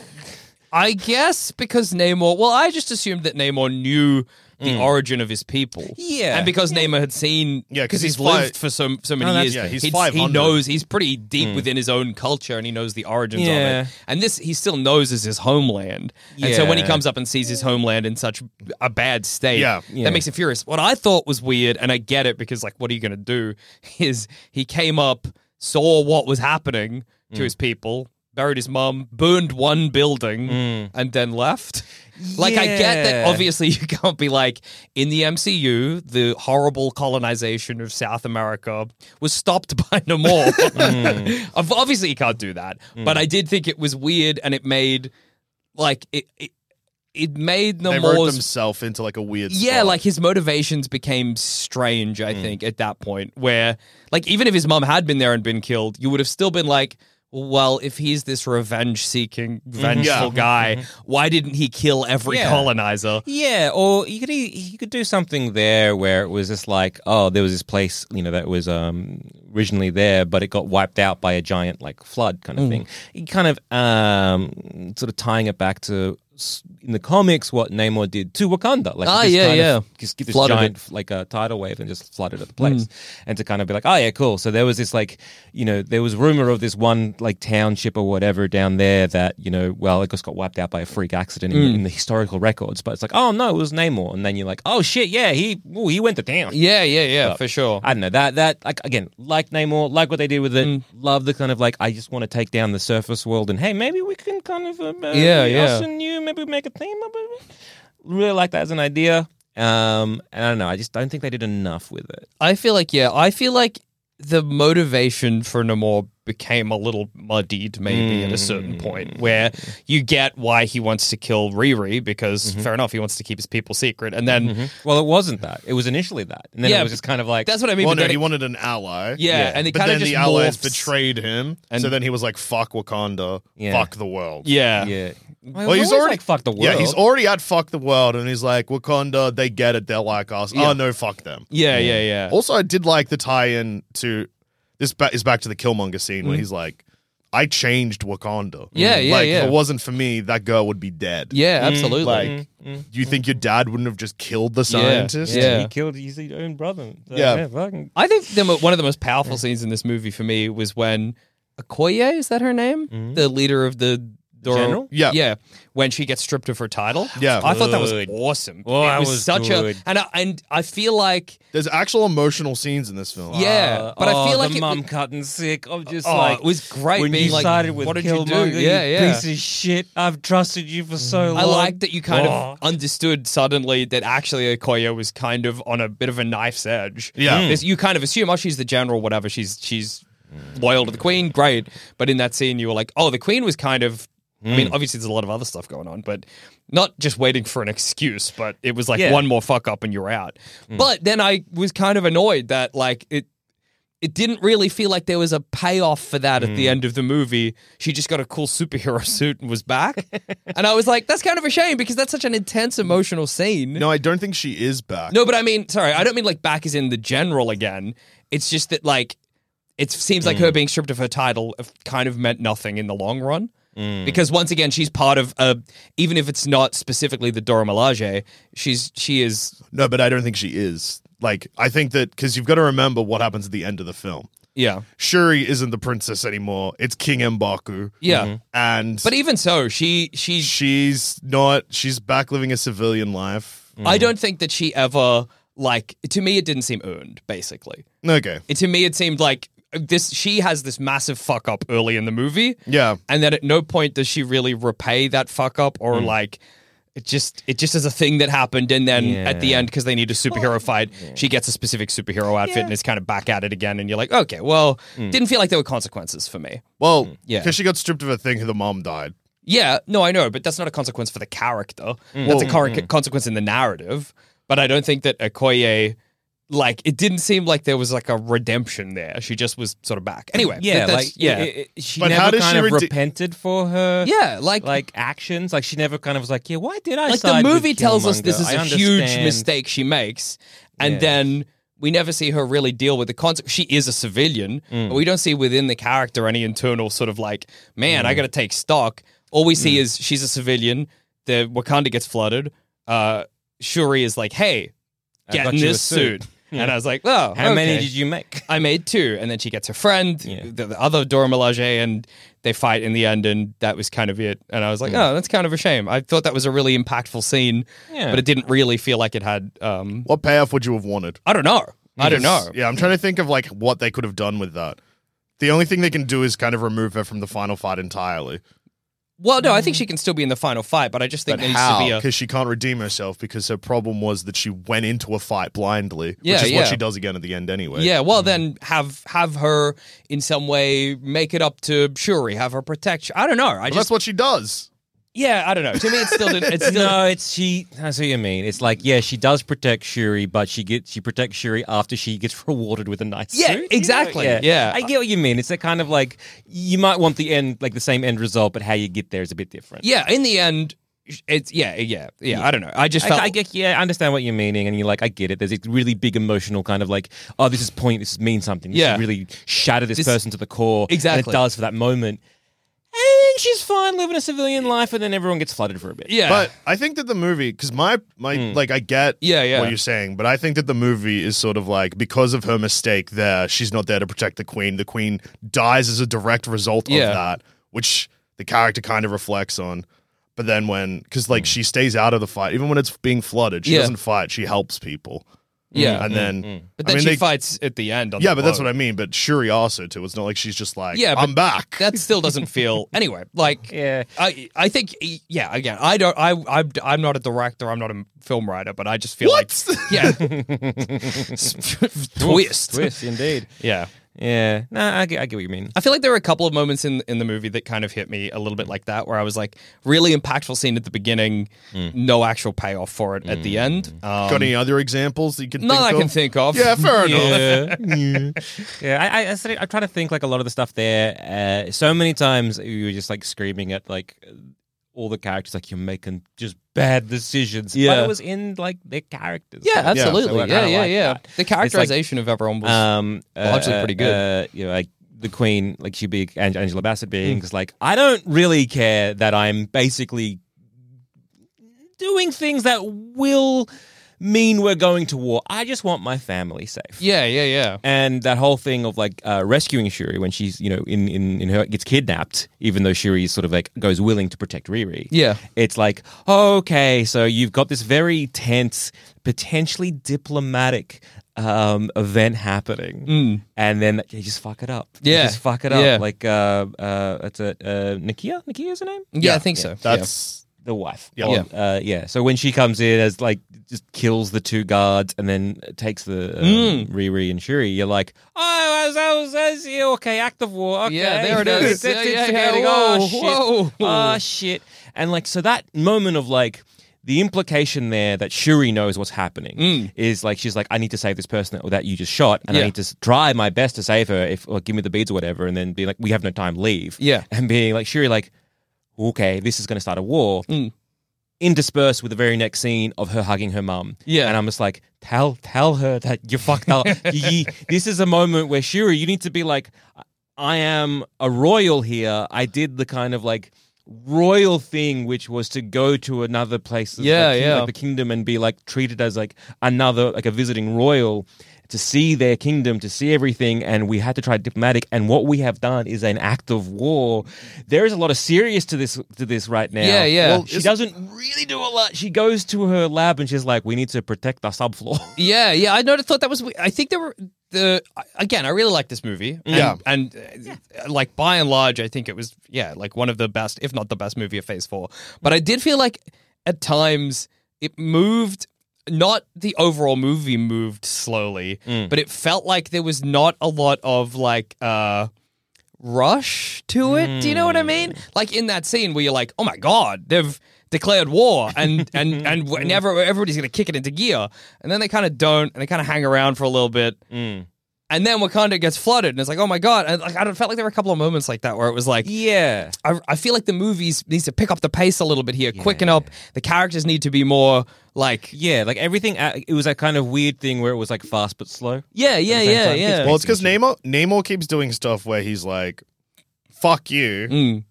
C: I guess because Namor. Well, I just assumed that Namor knew the origin of his people.
B: Yeah.
C: and because Namor had seen.
A: Yeah, 'cause
C: because he's,
A: he's
C: lived
A: fi-
C: for so so
B: No,
C: many
B: that's-
C: years.
A: yeah, he's
C: He'd- he
A: 500.
C: knows he's pretty deep within his own culture, and he knows the origins
B: Yeah.
C: of it. And this he still knows is his homeland. And so when he
B: Yeah.
C: comes up and sees his homeland in such a bad state,
A: Yeah.
B: Yeah.
C: that makes him furious. What I thought was weird, and I get it because like, what are you going to do? Is he came up, saw what was happening
B: Mm.
C: to his people, buried his mum, burned one building, and then left. Like I get that
B: Mm. Yeah.
C: obviously you can't be like in the MCU the horrible colonization of South America was stopped by Namor.
B: Mm.
C: Ob- obviously you can't do that, but I did think it was weird and it made like it it, it made
A: They wrote
C: Namor's
A: themselves into like a weird.
C: yeah,
A: spot.
C: like his motivations became strange, I think, at that point, where, like, even if his mum had been there and been killed, you would have still been like, well, if he's this revenge seeking, vengeful
A: Yeah.
C: guy, why didn't he kill every
B: Yeah.
C: colonizer?
B: Yeah, or you could e- you could do something there where it was just like, oh, there was this place, you know, that was um, originally there, but it got wiped out
C: Mm.
B: by a giant like flood kind of thing. You kind of um, sort of tying it back to s- in the comics what Namor did to Wakanda. Like,
C: Ah,
B: he just
C: yeah,
B: kind of
C: yeah.
B: just give this
C: Flooded
B: giant like a tidal wave and just flooded at the place, and to kind of be like, oh yeah, cool. So there was this like, you know, there was rumor of this one like township or whatever down there that you know, well, it just got wiped out by a freak accident in, in the historical records, but it's like, oh no, it was Namor, and then you're like, oh shit, yeah, he ooh, he went to town.
C: Yeah, yeah, yeah, for sure.
B: I don't know that that like again like Namor like what they did with it
C: Mm.
B: love the kind of like I just want to take down the surface world and hey maybe we can kind of um, uh,
C: Yeah, yeah.
B: us and you maybe make a team up of it. really like that as an idea um and I don't know I just don't think they did enough with it
C: I feel like yeah, I feel like the motivation for Namor became a little muddied maybe at a certain point where you get why he wants to kill Riri because fair enough he wants to keep his people secret and then
B: well it wasn't that it was initially that and then
C: Yeah,
B: it was just kind of like
C: that's what I mean
A: well,
C: but
A: no,
C: then
A: he
C: it-
A: wanted an ally.
C: yeah, and it
A: But
C: kind
A: then
C: of just
A: the allies
C: morphs.
A: betrayed him, so then he was like, "Fuck Wakanda,
B: Yeah.
A: fuck the world."
C: yeah
B: yeah well,
A: Well, he's already
B: like fuck the world
A: Yeah, he's already at fuck the world, and he's like, Wakanda, they get it, they're like us.
C: Yeah.
A: Oh no, fuck them.
C: yeah yeah yeah
A: Also, I did like the tie-in to this. Ba- is back to the Killmonger scene where he's like, "I changed Wakanda.
C: Mm-hmm.
A: Mm-hmm.
C: Yeah, yeah,
A: like,
C: yeah.
A: If it wasn't for me, that girl would be dead.
C: yeah absolutely Mm-hmm.
A: like you think your dad wouldn't have just killed the scientist?
C: Yeah.
B: he killed his own brother So,
A: Yeah.
B: fucking-
C: I think the, mo- one of the most powerful scenes in this movie for me was when Okoye, is that her name? The leader of the Doro-
B: General?
A: Yeah.
C: Yeah. When she gets stripped of her title.
A: Yeah.
C: I thought that was
B: Good.
C: awesome.
B: Oh,
C: it
B: that
C: was,
B: was
C: such
B: good.
C: a and I, and I feel like
A: There's actual emotional scenes in this film.
C: yeah,
B: Uh,
C: but I
B: oh,
C: feel
B: the
C: like it,
B: mum cutting sick. I'm just
C: Oh,
B: like
C: it was great
B: when
C: being
B: you
C: like,
B: sided with
C: what did you do?
B: Killmonger.
C: Yeah, yeah. Mm.
B: piece of shit. I've trusted you for so long.
C: I like that you kind
B: Oh.
C: of understood suddenly that actually Okoye was kind of on a bit of a knife's edge.
A: Yeah. Mm.
C: This- you kind of assume, oh, she's the general, whatever. She's she's loyal to the queen, great. But in that scene, you were like, oh, the queen was kind of. I mean, obviously, there's a lot of other stuff going on, but not just waiting for an excuse. But it was like
B: Yeah.
C: one more fuck up and you're out. But then I was kind of annoyed that like it it didn't really feel like there was a payoff for that at the end of the movie. She just got a cool superhero suit and was back. and I was like, that's kind of a shame because that's such an intense emotional scene.
A: No, I don't think she is back.
C: No, but I mean, sorry, I don't mean like back is in the general again. It's just that like it seems like her being stripped of her title of- kind of meant nothing in the long run. Because once again, she's part of a. Even if it's not specifically the Dora Milaje, she's she is.
A: No, but I don't think she is. Like, I think that because you've got to remember what happens at the end of the film.
C: Yeah,
A: Shuri isn't the princess anymore. It's King M'Baku.
C: yeah.
A: And
C: But even so, she she
A: she's not, she's back living a civilian life.
C: I don't think that she ever like to me it didn't seem earned basically.
A: Okay.
C: It, to me it seemed like this she has this massive fuck up early in the movie
A: Yeah.
C: and then at no point does she really repay that fuck up or like it just it just is a thing that happened and then at the
B: Yeah.
C: end because they need a superhero fight she gets a specific superhero outfit and is kind of back at it again and you're like okay well didn't feel like there were consequences for me.
A: Well,
C: Mm, Yeah.
A: Because she got stripped of her thing, her mom died.
C: Yeah, no, I know, but that's not a consequence for the character. That's
B: Mm.
C: a cor- consequence in the narrative. But I don't think that Okoye, like, it didn't seem like there was like a redemption there. She just was sort of back. Anyway,
B: yeah,
C: that- that's-
B: like
C: yeah,
B: yeah. It, it, she
A: But how
B: never
A: does she
B: kind of
A: rede-
B: repented for her.
C: yeah, like,
B: Like actions, like she never kind of was like, yeah, why did I?
C: like the
B: side with
C: movie tells us this
B: Killmonger?
C: is
B: I
C: a huge
B: understand.
C: mistake she makes, and
B: Yeah.
C: then we never see her really deal with the consequence. She is a civilian,
B: Mm.
C: but we don't see within the character any internal sort of like, man,
B: Mm.
C: I got to take stock. All we see is she's a civilian. The Wakanda gets flooded. Uh, Shuri is like, hey,
B: I
C: get
B: got
C: in
B: you a
C: this suit.
B: suit.
C: And I was like, oh,
B: How many
C: okay.
B: did you make?
C: I made two, and then she gets her friend,
B: Yeah.
C: the, the other Dora Milaje, and they fight in the end, and that was kind of it. And I was like, oh, that's kind of a shame. I thought that was a really impactful scene,
B: Yeah.
C: but it didn't really feel like it had. Um,
A: What payoff would you have wanted?
C: I don't know. I don't know.
A: Yeah, I'm trying to think of like what they could have done with that. The only thing they can do is kind of remove her from the final fight entirely.
C: Well, no, I think she can still be in the final fight, but I just think
A: But
C: there needs to
A: how?
C: be a.
A: Because she can't redeem herself because her problem was that she went into a fight blindly,
C: Yeah,
A: which is
C: yeah.
A: what she does again at the end anyway.
C: Yeah, well, then have have her in some way make it up to Shuri, have her protect. I don't know. I
A: But
C: just
A: that's what she does.
C: yeah, I don't know. To me, it's still didn't- it's still
B: no, it's she. I see what you mean. It's like yeah, she does protect Shuri, but she gets she protects Shuri after she gets rewarded with a nice
C: Yeah,
B: suit.
C: exactly. Yeah.
B: I get what you mean. It's a kind of like you might want the end like the same end result, but how you get there is a bit different.
C: yeah. In the end, it's yeah, yeah, yeah. I don't know. I just
B: I,
C: felt
B: I get, yeah, I understand what you're meaning, and you're like, I get it. There's a really big emotional kind of like, oh, this is point, this means something. This
C: Yeah.
B: should really shatter this,
C: This-
B: person to the core. and it
C: Exactly.
B: does for that moment. then she's fine living a civilian life, and then everyone gets flooded for a bit.
C: Yeah.
A: But I think that the movie, because my my like I get
C: Hmm. Yeah, yeah.
A: what you're saying, but I think that the movie is sort of like because of her mistake there, she's not there to protect the queen. The queen dies as a direct result
C: Yeah.
A: of that, which the character kind of reflects on. But then when, because like she stays out of the fight, even when it's being flooded, she
C: Hmm. Yeah.
A: doesn't fight. She helps people.
C: Yeah. Hmm,
A: and then
C: but
A: I
C: then
A: mean,
C: she
A: they-
C: fights at the end. On
A: yeah,
C: the
A: but that's
C: boat.
A: what I mean. But Shuri also too. It's not like she's just like,
C: Yeah,
A: yeah,
C: but
A: I'm back.
C: that still doesn't feel anyway like
B: Yeah.
C: i i think yeah again i don't i i'm, I'm not a director i'm not a film writer but i just feel
A: what?
C: like yeah twist
B: Twist, indeed.
C: yeah
B: Yeah. Nah, I get, I get what you mean.
C: I feel like there were a couple of moments in in the movie that kind of hit me a little bit like that, where I was like, really impactful scene at the beginning, no actual payoff for it at the end. Um,
A: Mm. Got any other examples that you can?
C: none
A: think
C: I
A: of?
C: can think of.
A: Yeah, fair enough.
B: Yeah, I, I, I started, I try to think like a lot of the stuff there. Uh, so many times you were just like screaming at like all the characters, like you're making just bad decisions.
C: Yeah.
B: but it was in like their characters.
C: Yeah, absolutely.
B: So I
C: Yeah, yeah,
B: kinda
C: yeah.
B: like that.
C: The characterization of everyone was
B: Um,
C: Largely
B: uh,
C: pretty good.
B: Uh, you know, like the Queen, like she be Ang- Angela Bassett
C: Mm.
B: being, just like I don't really care that I'm basically doing things that will mean we're going to war. I just want my family safe
C: yeah, yeah, yeah.
B: and that whole thing of like uh, rescuing Shuri when she's you know in, in in her gets kidnapped, even though Shuri sort of like goes willing to protect Riri.
C: Yeah.
B: it's like okay, so you've got this very tense, potentially diplomatic um event happening and then you just fuck it up You
C: Mm. Yeah.
B: just fuck it up
C: Yeah.
B: like uh uh it's a uh nikia nikia is her name
C: Yeah, I think so.
A: That's
B: the wife.
A: Yeah.
B: Or, Uh, yeah. So when she comes in as like just kills the two guards and then takes the um, Riri and Shuri, you're like, oh, as I was, as yeah, okay, act of war. Okay,
C: Yeah, there it
B: It's-
C: is. Yeah,
B: it's
C: yeah, yeah.
B: instigating.
C: Whoa,
B: oh shit.
C: whoa.
B: Oh shit. And like, so that moment of like. The implication there that Shuri knows what's happening is like she's like, I need to save this person that you just shot, and
C: Yeah.
B: I need to s- try my best to save her. If or give me the beads or whatever, and then be like, we have no time, leave.
C: Yeah.
B: and being like Shuri, like, okay, this is going to start a war. Interspersed with the very next scene of her hugging her mum.
C: Yeah.
B: And I'm just like, tell tell her that you fucked up. Ye- this is a moment where Shuri, you need to be like, I am a royal here. I did the kind of like royal thing which was to go to another place like
C: Yeah,
B: king-
C: yeah.
B: like the kingdom and be like treated as like another like a visiting royal to see their kingdom to see everything and we had to try diplomatic and what we have done is an act of war there is a lot of serious to this to this right now
C: Yeah, yeah. Well,
B: she
A: it's-
B: doesn't really do a lot she goes to her lab and she's like we need to protect the subfloor
C: Yeah, yeah. I noticed, thought that was. I think there were the again. I really like this movie. And,
A: Yeah.
C: and uh, like by and large, I think it was yeah, like one of the best, if not the best movie of Phase Four. But I did feel like at times it moved. Not the overall movie moved slowly, but it felt like there was not a lot of like. uh rush to it. Do you know what I mean?
B: Hmm.
C: Like in that scene where you're like, oh my god, they've declared war, and and and whenever everybody's gonna kick it into gear, and then they kind of don't, and they kind of hang around for a little bit,
B: Hmm.
C: and then Wakanda gets flooded, and it's like, oh my god, and like I don't- felt like there were a couple of moments like that where it was like.
B: yeah
C: I, I feel like the movies needs to pick up the pace a little bit here, quicken up. The characters need to be more like,
B: yeah like everything uh, it was a kind of weird thing where it was like fast but slow
C: yeah, yeah,
B: same
C: yeah,
B: time,
C: yeah.
B: it's
A: Well, it's because Namor Namor keeps doing stuff where he's like, "Fuck you,"
C: Mm.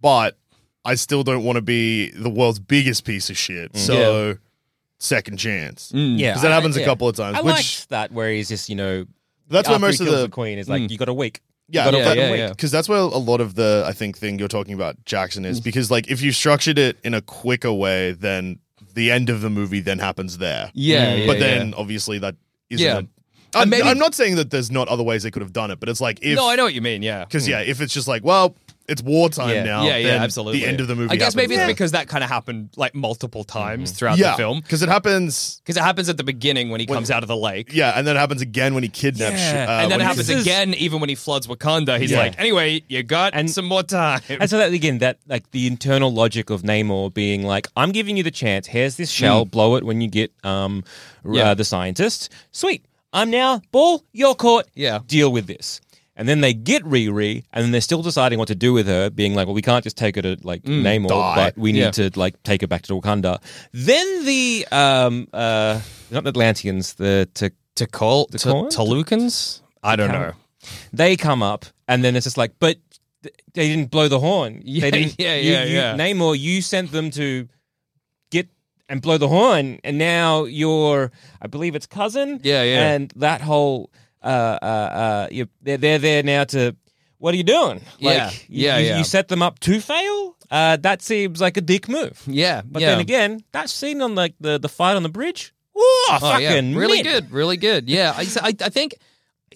A: but I still don't want to be the world's biggest piece of shit.
C: Mm.
A: So, second chance.
B: yeah
A: 'Cause that
B: I-
A: happens a
B: yeah.
A: couple of times.
B: I
A: which
B: liked that where he's just you know
A: that's where
B: after he
A: most of
B: kills
A: the,
B: queen is like you got a week
A: yeah,
B: got
A: that-
B: a
A: yeah,
C: yeah,
B: fucking
C: yeah,
B: week.
C: yeah.
A: because that's where a lot of the I think thing you're talking about Jackson
C: Mm.
A: is because like if you structured it in a quicker way, then the end of the movie then happens there.
C: Yeah, yeah,
A: but
C: yeah.
A: then obviously that isn't.
C: Yeah.
A: a- I'm,
C: maybe-
A: I'm not saying that there's not other ways they could have done it, but it's like if
C: no, I know what you mean. Yeah,
A: Because yeah, if it's just like, well, it's wartime
B: Yeah.
A: now.
C: yeah, yeah,
A: then
C: absolutely.
A: The end of the movie.
C: I guess maybe it's
A: happens
C: because that kind of happened like multiple times
A: then.
C: throughout
A: yeah,
C: the film.
A: because it happens.
C: Because it happens at the beginning when he comes out of the lake.
A: Yeah, and then it happens again when he kidnaps.
B: Yeah.
A: Sh- uh,
C: and then
A: when
C: it
A: he-
C: happens
B: This is-
C: again even when he floods Wakanda. He's
B: Yeah.
C: like, anyway, you got
B: And-
C: some more time.
B: And so that again, that like the internal logic of Namor being like, "I'm giving you the chance. Here's this shell. Blow it when you get um r-
C: Hmm. Yeah.
B: uh, the scientist. Sweet. I'm now ball. You're caught.
C: Yeah.
B: Deal with this." And then they get Riri, and then they're still deciding what to do with her, being like, "Well, we can't just take her to like Namor,
A: die.
B: but we need
C: Mm, Yeah.
B: to like take her back to Wakanda." Then the um uh not the Atlanteans, the to
C: to call to
B: Takoran?
C: Talukans? I don't know.
B: They come up, and then it's just like, but th- they didn't blow the horn.
C: Yeah,
B: they didn't,
C: yeah,
B: you,
C: yeah,
B: you,
C: yeah.
B: Namor, you sent them to get and blow the horn, and now your, I believe it's cousin.
C: Yeah, yeah.
B: And that whole, uh, uh, uh, you, they're they're there now to. What are you doing?
C: Yeah,
B: Like,
C: yeah,
B: you,
C: yeah.
B: you set them up to fail. Uh, that seems like a dick move.
C: Yeah,
B: But
C: yeah.
B: then again, that scene on like the, the fight on the bridge, oh,
C: Oh,
B: fucking
C: yeah. really
B: mint.
C: good, really good. Yeah, I, I, I think,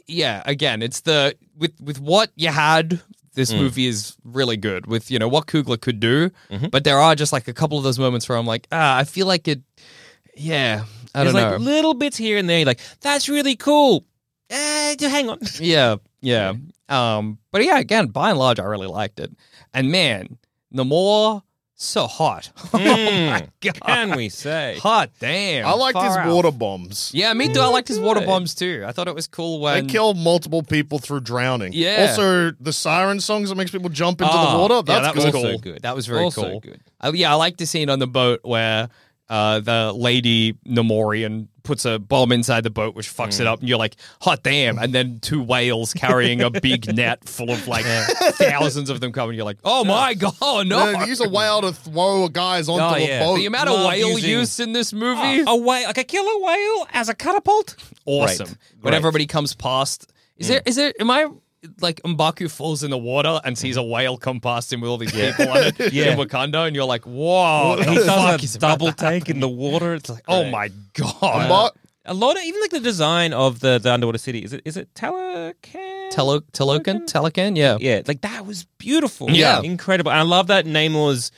C: yeah. Again, it's the with with what you had. This movie is really good with you know what Kugler could do, but there are just like a couple of those moments where I'm like, ah, I feel like it. Yeah, I
B: There's
C: don't
B: like
C: know.
B: little bits here and there. You're like, that's really cool. Uh, hang on.
C: yeah, yeah. Um, but yeah, again, by and large, I really liked it. And man, Namor, so hot.
B: Mm.
C: oh my god,
B: Can we say?
C: hot damn.
A: I liked
C: Far
A: his
C: out.
A: water bombs.
C: Yeah, me too. I liked his water
B: good.
C: bombs too. I thought it was cool
A: They
C: when
A: kill multiple people through drowning.
C: Yeah.
A: Also, the siren songs that makes people jump into
C: Ah,
A: the water. That's
C: yeah, that was
A: cool.
C: cool. That was very
B: Also
C: cool.
B: good.
C: Uh, yeah, I like the scene on the boat where uh, the lady Namorian puts a bomb inside the boat, which fucks it up, and you're like, "Hot damn!" And then two whales carrying a big net full of like thousands of them come, and you're like, "Oh my god, no!"
A: No, they use a whale to throw guys onto
B: Oh,
A: a
B: yeah.
A: boat.
C: the amount of
B: Love
C: whale
B: using-
C: use in this movie,
A: Ah,
B: A, a whale, like a killer whale as a catapult?
C: awesome.
B: Right,
C: When
B: right. Mm.
C: everybody comes past, is there is there am I like Mbaku falls in the water and sees a whale come past him with all these people on it
B: Mm. Yeah.
C: in Wakanda, and you're like, whoa, the
B: he
C: fuck
B: does
C: is
B: a
C: about
B: double
C: to
B: take in the water. It's like,
C: happen? Oh my god,
A: But
B: A lot of even like the design of the, the underwater city. Is it is it Telecan?
C: Telo- Telokan, Telekan, yeah.
B: yeah, like that was beautiful.
C: Yeah.
B: incredible. And I love that Namor's.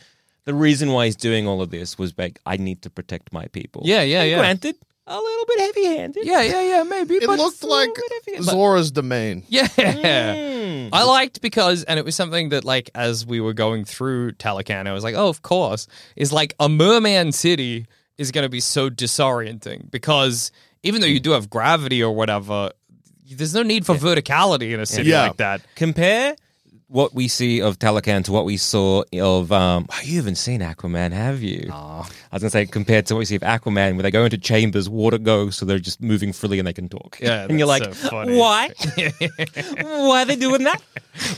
B: The reason why he's doing all of this was like I need to protect my people.
C: Yeah, yeah,
B: And
C: yeah.
B: Granted, a little bit heavy-handed.
C: yeah, yeah, yeah, maybe.
A: it
C: but
A: looked
C: it's a little
A: like
C: bit of it, but-
A: Zora's domain.
C: yeah.
B: Mm.
C: I liked because, and it was something that, like, as we were going through Talakan, I was like, oh, of course, is like a merman city is going to be so disorienting because even though you do have gravity or whatever, there's no need for verticality in a city
A: Yeah.
C: like that.
B: compare what we see of Talakan to what we saw of um oh, you haven't seen Aquaman, have you? I was gonna say compared to what we see of Aquaman, where they go into chambers, water goes, so they're just moving freely and they can talk.
C: Yeah,
B: and you're like,
C: that's so funny.
B: why? why are they doing that?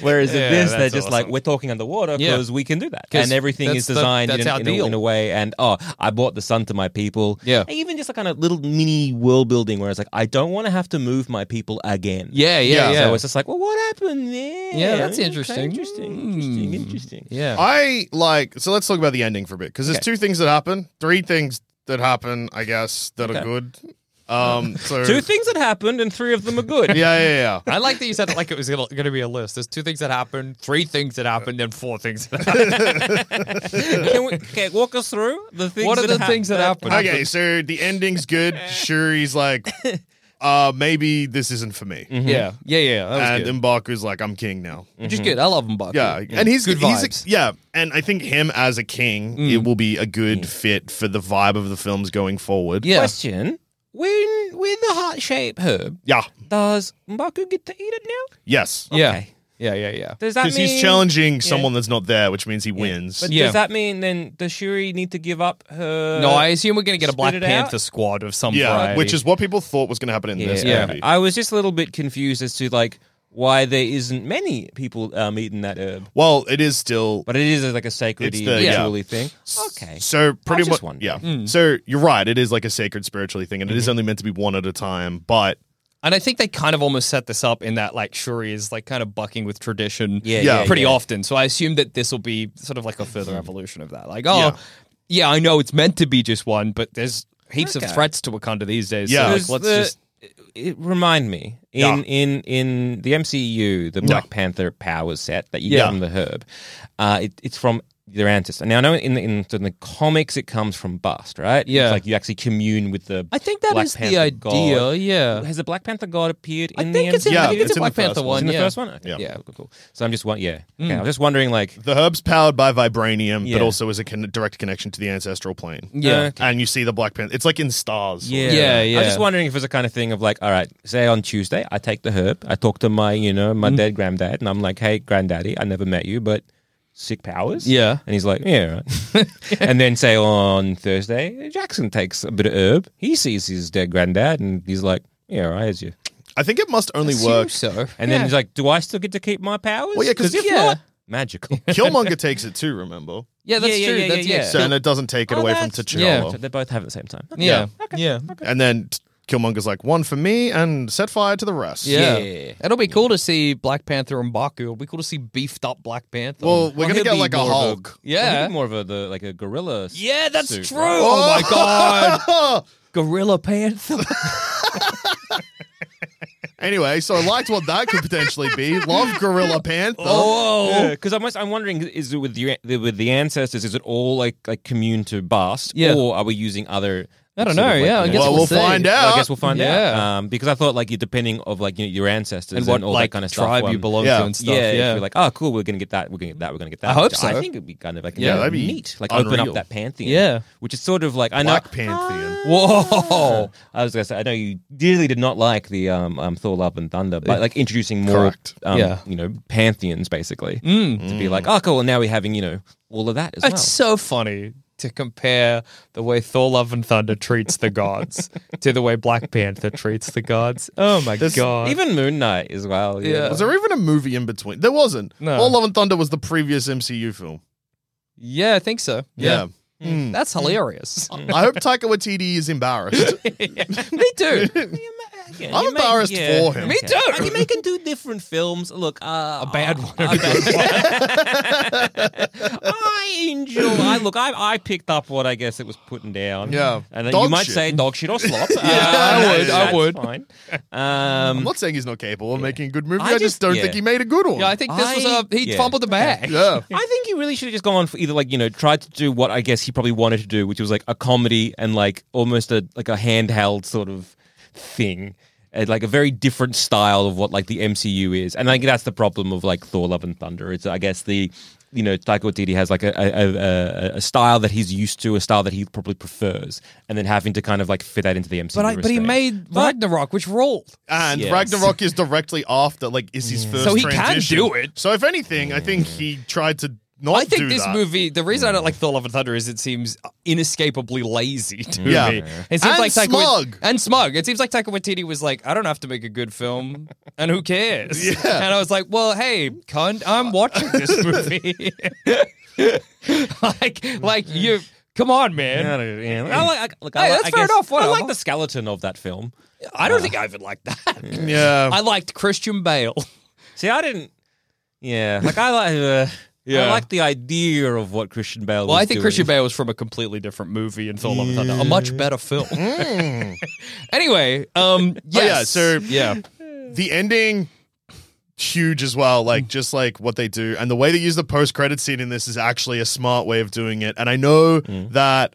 B: Whereas
C: Yeah,
B: in this, they're
C: that's
B: just like,
C: awesome.
B: we're talking underwater
C: Yeah.
B: because we can do that,
C: 'Cause
B: and everything
C: that's
B: is
C: the-
B: designed
C: that's
B: in,
C: our
B: an- in, a,
C: deal.
B: in a way. And oh, I brought the sun to my people.
C: Yeah.
B: even just a kind of little mini world building where it's like, I don't want to have to move my people again.
C: Yeah, yeah,
A: Yeah,
C: yeah.
B: So it's just like, well, what happened there?
C: Yeah, that's
B: Okay,
C: interesting.
B: interesting, interesting,
C: Mm.
B: interesting.
C: yeah.
A: I like. So let's talk about the ending for a bit because there's
B: Okay.
A: two things that happen, three things that happen, I guess, that are good. Um, so
B: Two things that happened, and three of them are good.
A: yeah, yeah, yeah.
C: I like that you said it like it was going to be a list. There's two things that happened, three things that happened, and four things that happened.
B: Can we okay, walk us through the things?
C: What are
B: that
C: the
B: hap-
C: things that happened?
A: Okay, so the ending's good. Shuri's like, uh, maybe this isn't for me,
C: Yeah, yeah, yeah. Mm-hmm. That was
A: and
C: good.
A: Mbaku's like, I'm king now.
C: Which is good. I love Mbaku.
A: Yeah, and he's
C: good
A: he's-
C: vibes.
A: yeah, and I think him as a king, it will be a good fit for the vibe of the films going forward.
C: Yeah.
B: Question: When with the heart shape herb,
A: yeah,
B: does Mbaku get to eat it now?
A: yes,
C: Yeah.
B: Okay.
C: Yeah, yeah, yeah.
B: Does that mean?
A: because he's challenging someone that's not there, which means he wins.
B: But
C: Yeah.
B: does that mean then does Shuri need to give up her?
C: no, I assume we're going to get a
B: spit
C: Black
B: it
C: Panther
B: out?
C: squad of some
A: yeah,
C: variety.
A: which is what people thought was going to happen in this
C: Yeah.
A: movie.
B: I was just a little bit confused as to like why there isn't many people um, eating that herb,
A: Well, it is still
B: but it
C: uh,
B: is like a sacred
A: It's the- yeah.
B: ritually thing. Okay.
A: so pretty
B: just
A: much.
B: wondering.
A: Yeah, so you're right. It is like a sacred spiritually thing, and it is only meant to be one at a time. But
C: and I think they kind of almost set this up in that like Shuri is like kind of bucking with tradition,
B: Yeah,
A: Yeah. yeah,
C: pretty
B: yeah.
C: often. So I assume that this will be sort of like a further evolution of that. Like, oh, yeah,
A: Yeah.
C: I know it's meant to be just one, but there's heaps
B: Okay.
C: of threats to Wakanda these days.
A: Yeah.
C: so
B: Does
C: like, let's
B: the-
C: just
B: it, remind me in
A: Yeah.
B: in in the MCU, the Black Panther powers set that you
A: Yeah.
B: get from the herb, uh, it, it's from their ancestor. Now I know in the, in, the- in the comics it comes from Bust, right?
C: Yeah.
B: it's like you actually commune with the.
C: I think that is
B: Black
C: the
B: Panther
C: idea.
B: god.
C: Yeah,
B: Has the Black Panther god appeared
C: I
B: in
C: think
B: the
C: it's in,
B: MCU?
C: I
A: Yeah,
C: think it's
A: it's
C: in
A: in
C: Black
A: the first
C: Panther
A: one.
C: one.
B: It's in the
C: yeah. Hmm.
B: first one. Okay,
A: Yeah.
B: yeah, cool, cool. So I'm just one. Yeah, okay. I was just wondering, like,
A: the herb's powered by vibranium,
B: Yeah.
A: but also is a con- direct connection to the ancestral plane.
C: Yeah.
B: uh,
A: And you see the Black Panther. It's like in stars.
B: Yeah.
C: Yeah,
B: I was just
C: yeah.
B: wondering if it's a kind of thing of like, all right, say on Tuesday, I take the herb, I talk to my, you know,
C: Mm.
B: my dead granddad, and I'm like, hey, granddaddy, I never met you, but sick powers.
C: Yeah.
B: And he's like, yeah, right. and then say on Thursday, Jackson takes a bit of herb. He sees his dead granddad, and he's like, yeah, right, here's you.
A: I think it must only
C: Assume
A: work.
C: so.
B: And then he's like, "Do I still get to keep my powers?
A: Well, yeah, 'cause
B: if
A: yeah.
B: not, magical."
A: Killmonger takes it too, remember?
C: yeah, that's
B: Yeah, yeah,
C: true.
B: yeah,
C: that's,
B: yeah,
C: yeah,
B: yeah.
A: So, and it doesn't take it
B: Oh,
A: away from
B: that's-
A: T'Challa.
C: yeah.
B: So they both have it at the same time. Okay.
C: Yeah. Yeah.
A: And then t- Killmonger's like, one for me and set fire to the rest.
C: Yeah.
B: Yeah.
C: It'll be cool to see Black Panther and Baku. It'll be cool to see beefed up Black Panther.
A: Well, we're gonna get
C: he'll be
A: like a
C: more of
A: Hulk.
B: Well, he'd
C: yeah.
B: be more of a the, like a gorilla.
C: Yeah, that's
B: suit,
C: true.
B: right?
C: Oh my god.
A: god.
C: Gorilla Panther.
A: anyway, so I liked what that could potentially be. Love Gorilla Panther.
C: Oh.
B: Because I'm, I'm wondering, is it with the with the ancestors? Is it all like like commune to Bast,
C: Yeah.
B: or are we using other?
C: I don't
B: sort of,
C: know, yeah, I
B: you
C: guess
A: well,
C: we'll
A: we'll,
C: see.
A: find out.
B: I guess we'll find out.
C: Yeah.
B: Um, because I thought like you depending of like you know, your ancestors and,
C: And what
B: all
C: like
B: that kind of
C: tribe
B: stuff.
C: you
B: um,
C: belong
A: Yeah.
C: to and
B: yeah,
C: stuff.
B: if
C: Yeah.
B: you're like, oh, cool, we're gonna get that, we're gonna get that, we're gonna get that.
C: I hope
B: I
C: so.
B: think it'd be kind of like
C: Yeah,
A: that'd be
B: neat. Like open
A: unreal.
B: up that pantheon.
C: Yeah.
B: which is sort of like I know.
A: Black Pantheon.
C: Whoa.
B: I was gonna say I know you dearly did not like the um, um Thor Love and Thunder, but like introducing more
A: Correct.
B: um,
C: Yeah. Mm.
B: you know pantheons basically to be like oh cool now we're having you know all of that as
C: Oh, It's so funny to compare the way Thor Love and Thunder treats the gods to the way Black Panther treats the gods. Oh my god.
B: well. Even Moon Knight as well. you
C: Yeah.
B: know.
A: Was there even a movie in between? There wasn't.
C: No.
A: All Love and Thunder was the previous MCU film.
C: yeah, I think so.
A: Yeah. Mm.
C: That's hilarious.
A: I hope Taika Waititi is embarrassed.
C: Me too.
B: Yeah,
A: I'm
B: you make-
A: embarrassed for him.
C: Me too.
B: Like, you're making two different films. Look, uh,
C: A bad one.
B: I- I enjoy. I look. I, I picked up what I guess it was putting down.
A: Yeah.
B: and then
A: Dog
B: you might
A: shit.
B: say dog shit or slop. Uh, yeah,
A: I would, I
C: would.
B: Fine.
A: I'm
B: Um,
A: not saying he's not capable of making a good movie. I,
B: I
A: just,
B: just-
A: don't
B: yeah.
A: think he made a good one.
C: Yeah, I think this was
B: I-
C: a he
B: yeah.
C: fumbled the bag.
A: Yeah.
B: I think you really should have just gone for either like you know tried to do what I guess he probably wanted to do, which was like a comedy and like almost a like a handheld sort of thing, and like a very different style of what like the MCU is. And I think that's the problem of like Thor: Love and Thunder. It's I guess the you know Taika Waititi has like a a, a a style that he's used to, a style that he probably prefers, and then having to kind of like fit that into the MCU.
C: But I, but he
B: aesthetic.
C: made Ragnarok, which rolled.
A: And
B: Yes.
A: Ragnarok is directly after, like, is his first
C: So he can
A: transition.
C: do it.
A: So if anything, I think he tried to not
C: I think
A: do
C: this
A: that. Mm.
C: movie. The reason I don't like Thor: Love and Thunder is it seems inescapably lazy to
A: Yeah.
C: me. It seems
A: And
C: like Taika Wait-
A: smug.
C: and smug. It seems like Taika Waititi was like, I don't have to make a good film, and who cares?
A: Yeah.
C: And I was like, well, hey, cunt, I'm watching this movie. like, like you, come on, man.
B: I don't- yeah, I like. I, look, I
C: Hey,
B: like-
C: that's
B: I
C: fair
B: guess-
C: enough,
B: I
C: whatever.
B: like the skeleton of that film.
C: I don't think I even liked that.
A: Yeah. Oh,
C: I liked Christian Bale.
B: See, I didn't. Yeah, like I like. Uh, I
C: Yeah.
B: like the idea of what Christian Bale. was
C: Well, I think
B: doing.
C: Christian Bale was from a completely different movie and Thor: Love and Thunder, a much better film. anyway, um,
A: Mm.
C: yes.
A: Oh, yeah, so-
C: yeah,
A: the ending huge as well like just like what they do and the way they use the post-credit scene in this is actually a smart way of doing it and i know
C: Mm.
A: that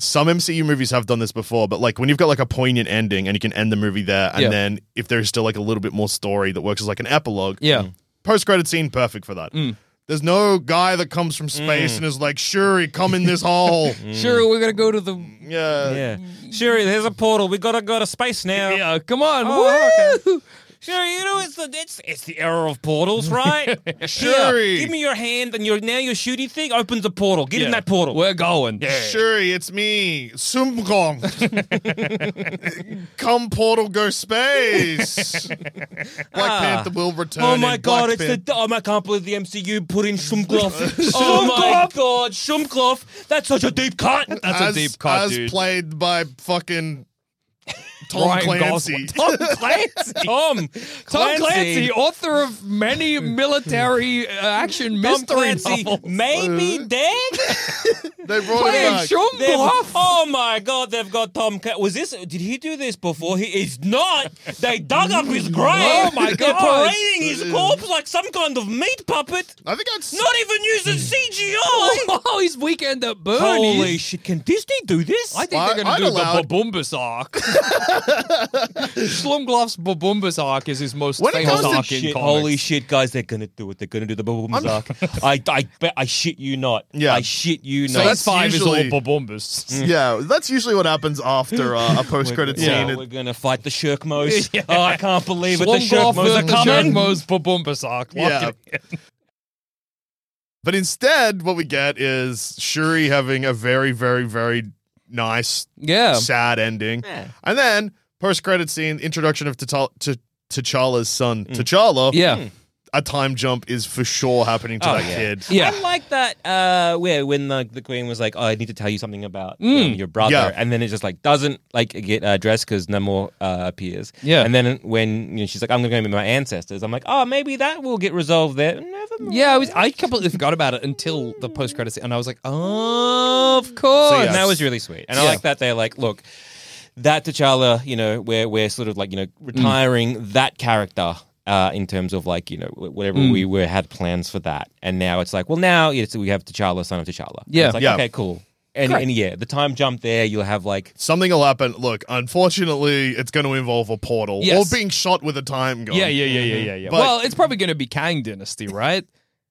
A: some mcu movies have done this before but like when you've got like a poignant ending and you can end the movie there and
C: Yeah.
A: then if there's still like a little bit more story that works as like an epilogue
C: yeah.
A: post-credit scene perfect for that
B: Mm.
A: there's no guy that comes from space and is like shuri come in this hole
B: Mm.
C: Sure, we're gonna go to the.
A: yeah
B: Yeah, Sherry, there's a portal. We gotta go to space now.
C: Yeah, come on.
B: Oh,
C: woo!
B: Sherry, you know it's the it's, it's the error of portals, right?
A: Shuri.
B: Here, give me your hand and your now your shooty thing opens a portal. Get in
C: Yeah.
B: that portal.
C: We're going.
A: Shuri, it's me, Sumgong. Come portal, go space. Black
B: Ah.
A: Panther will return.
B: Oh my
A: in
B: god,
A: Black
B: it's the. Oh, I can't believe the MCU put in Shumklof. oh my
C: Shumkloff?
B: god, Shumklof. That's such a deep cut.
C: That's
A: as,
C: a deep cut,
A: as
C: dude.
A: played by fucking Tom
C: Ryan
A: Clancy.
C: Gosling. Tom Clancy.
B: Tom.
C: Tom Clancy, author of many military uh, action
B: Tom
C: mystery
B: Clancy
C: novels.
B: maybe dead?
A: They brought
C: Playing
A: him back.
C: Shum
B: They've-
C: Bluff.
B: oh my god, they've got Tom. Ca- was this? Did he do this before? He is not. They dug up his grave.
C: Oh my
B: They're
C: God.
B: parading his corpse like some kind of meat puppet.
A: I think that's
B: Not even using CGI.
C: Oh, he's weekend at Bernie's.
B: Holy shit! Can Disney do this?
C: I think
A: I-
C: they're going
A: I'd
C: to do
A: allow-
C: the Babumbas arc. Slumgloff's Babumbas arc is his most
A: When it
C: famous
A: comes to
C: arc in
B: Shit,
C: comics.
B: holy shit, guys! They're gonna do it. They're gonna do the bubble arc. I, I bet. I shit you not.
A: Yeah.
B: I shit you
C: So
B: not.
A: that's
C: that's five
A: usually- Mm.
C: is all Babumbas.
A: yeah. That's usually what happens after uh, a post-credit
B: Yeah,
A: scene.
B: we're gonna fight the Shirkmos. Oh, I can't believe it. The
C: Slumgloff
B: Shirkmos are
C: versus
B: coming.
C: Shurkmo's Babumbas arc. Lock
A: Yeah.
C: it in.
A: But instead, what we get is Shuri having a very, very, very nice,
C: Yeah.
A: sad ending, and then Post credit scene, introduction of T'Challa, T- T'Challa's son, T'Challa.
C: Yeah. Mm.
A: A time jump is for sure happening to
B: Oh,
A: that
B: yeah.
A: kid.
C: Yeah.
B: I like that. Uh, where when the, the queen was like, "Oh, I need to tell you something about um,
C: Mm.
B: your brother,"
A: Yeah.
B: and then it just like doesn't like get uh, addressed because Namor uh, appears.
C: Yeah.
B: and then when you know, she's like, "I'm going to go meet my ancestors," I'm like, "Oh, maybe that will get resolved there." Never mind.
C: Yeah, I, was, I completely forgot about it until the post credits, and I was like, oh, of course.
A: So, yeah.
B: And that was really sweet. And I
C: Yeah.
B: like that they're like, look, that T'Challa, you know, we're, we're sort of like, you know,
C: Mm.
B: retiring that character uh, in terms of like, you know, wh- whatever we
C: Mm.
B: were had plans for that. And now it's like, well, now it's, we have T'Challa, son of T'Challa. And
C: Yeah.
B: It's like,
A: Yeah.
B: okay, cool. And, and yeah, the time jump there, you'll have like,
A: Something will happen. Look, unfortunately, it's going to involve a portal
C: Yes.
A: or being shot with a time gun.
C: Yeah, yeah, yeah, yeah, yeah, yeah.
A: But-
C: well, it's probably going to be Kang Dynasty, right?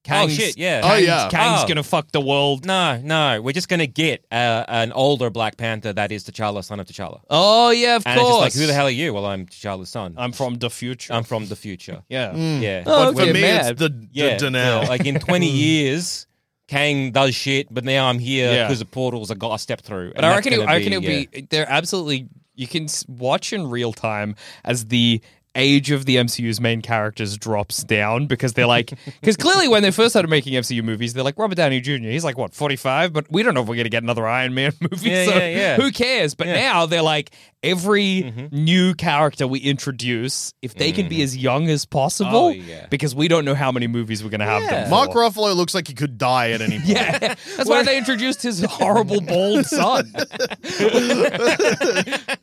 C: Kang's,
B: shit, yeah.
A: Oh,
C: Kang's,
A: yeah.
C: Kang's
B: Oh.
C: going to fuck the world.
B: no, no, we're just going to get uh, an older Black Panther that is T'Challa, son of T'Challa.
C: Oh, yeah, of
B: And it's just
C: course.
B: like, who the hell are you? Well, I'm T'Challa's son.
C: I'm from the future.
A: Um,
B: I'm from the future.
C: yeah.
A: mm.
B: Yeah.
A: But
C: Oh,
A: for
C: okay,
A: me,
C: mad.
A: it's the, the,
B: yeah,
A: the now.
B: yeah, like in
C: Hmm.
B: 20 years, Kang does shit, but now I'm here
C: Yeah.
B: because the portals I got a step through.
C: But I reckon, it, I reckon it'll be. They're absolutely. You can s- watch in real time as the age of the MCU's main characters drops down because they're like. Because clearly, when they first started making MCU movies, they're like Robert Downey Jr. He's like what forty five, but we don't know if we're gonna get another Iron Man movie.
B: Yeah,
C: so
B: yeah, yeah. Mm-hmm.
C: who cares? But now they're like every new character we introduce, if they can be as young as possible,
B: Oh, yeah.
C: because we don't know how many movies we're gonna have them. For.
A: Mark Ruffalo looks like he could die at any point.
C: Yeah, that's why they introduced his horrible bald son.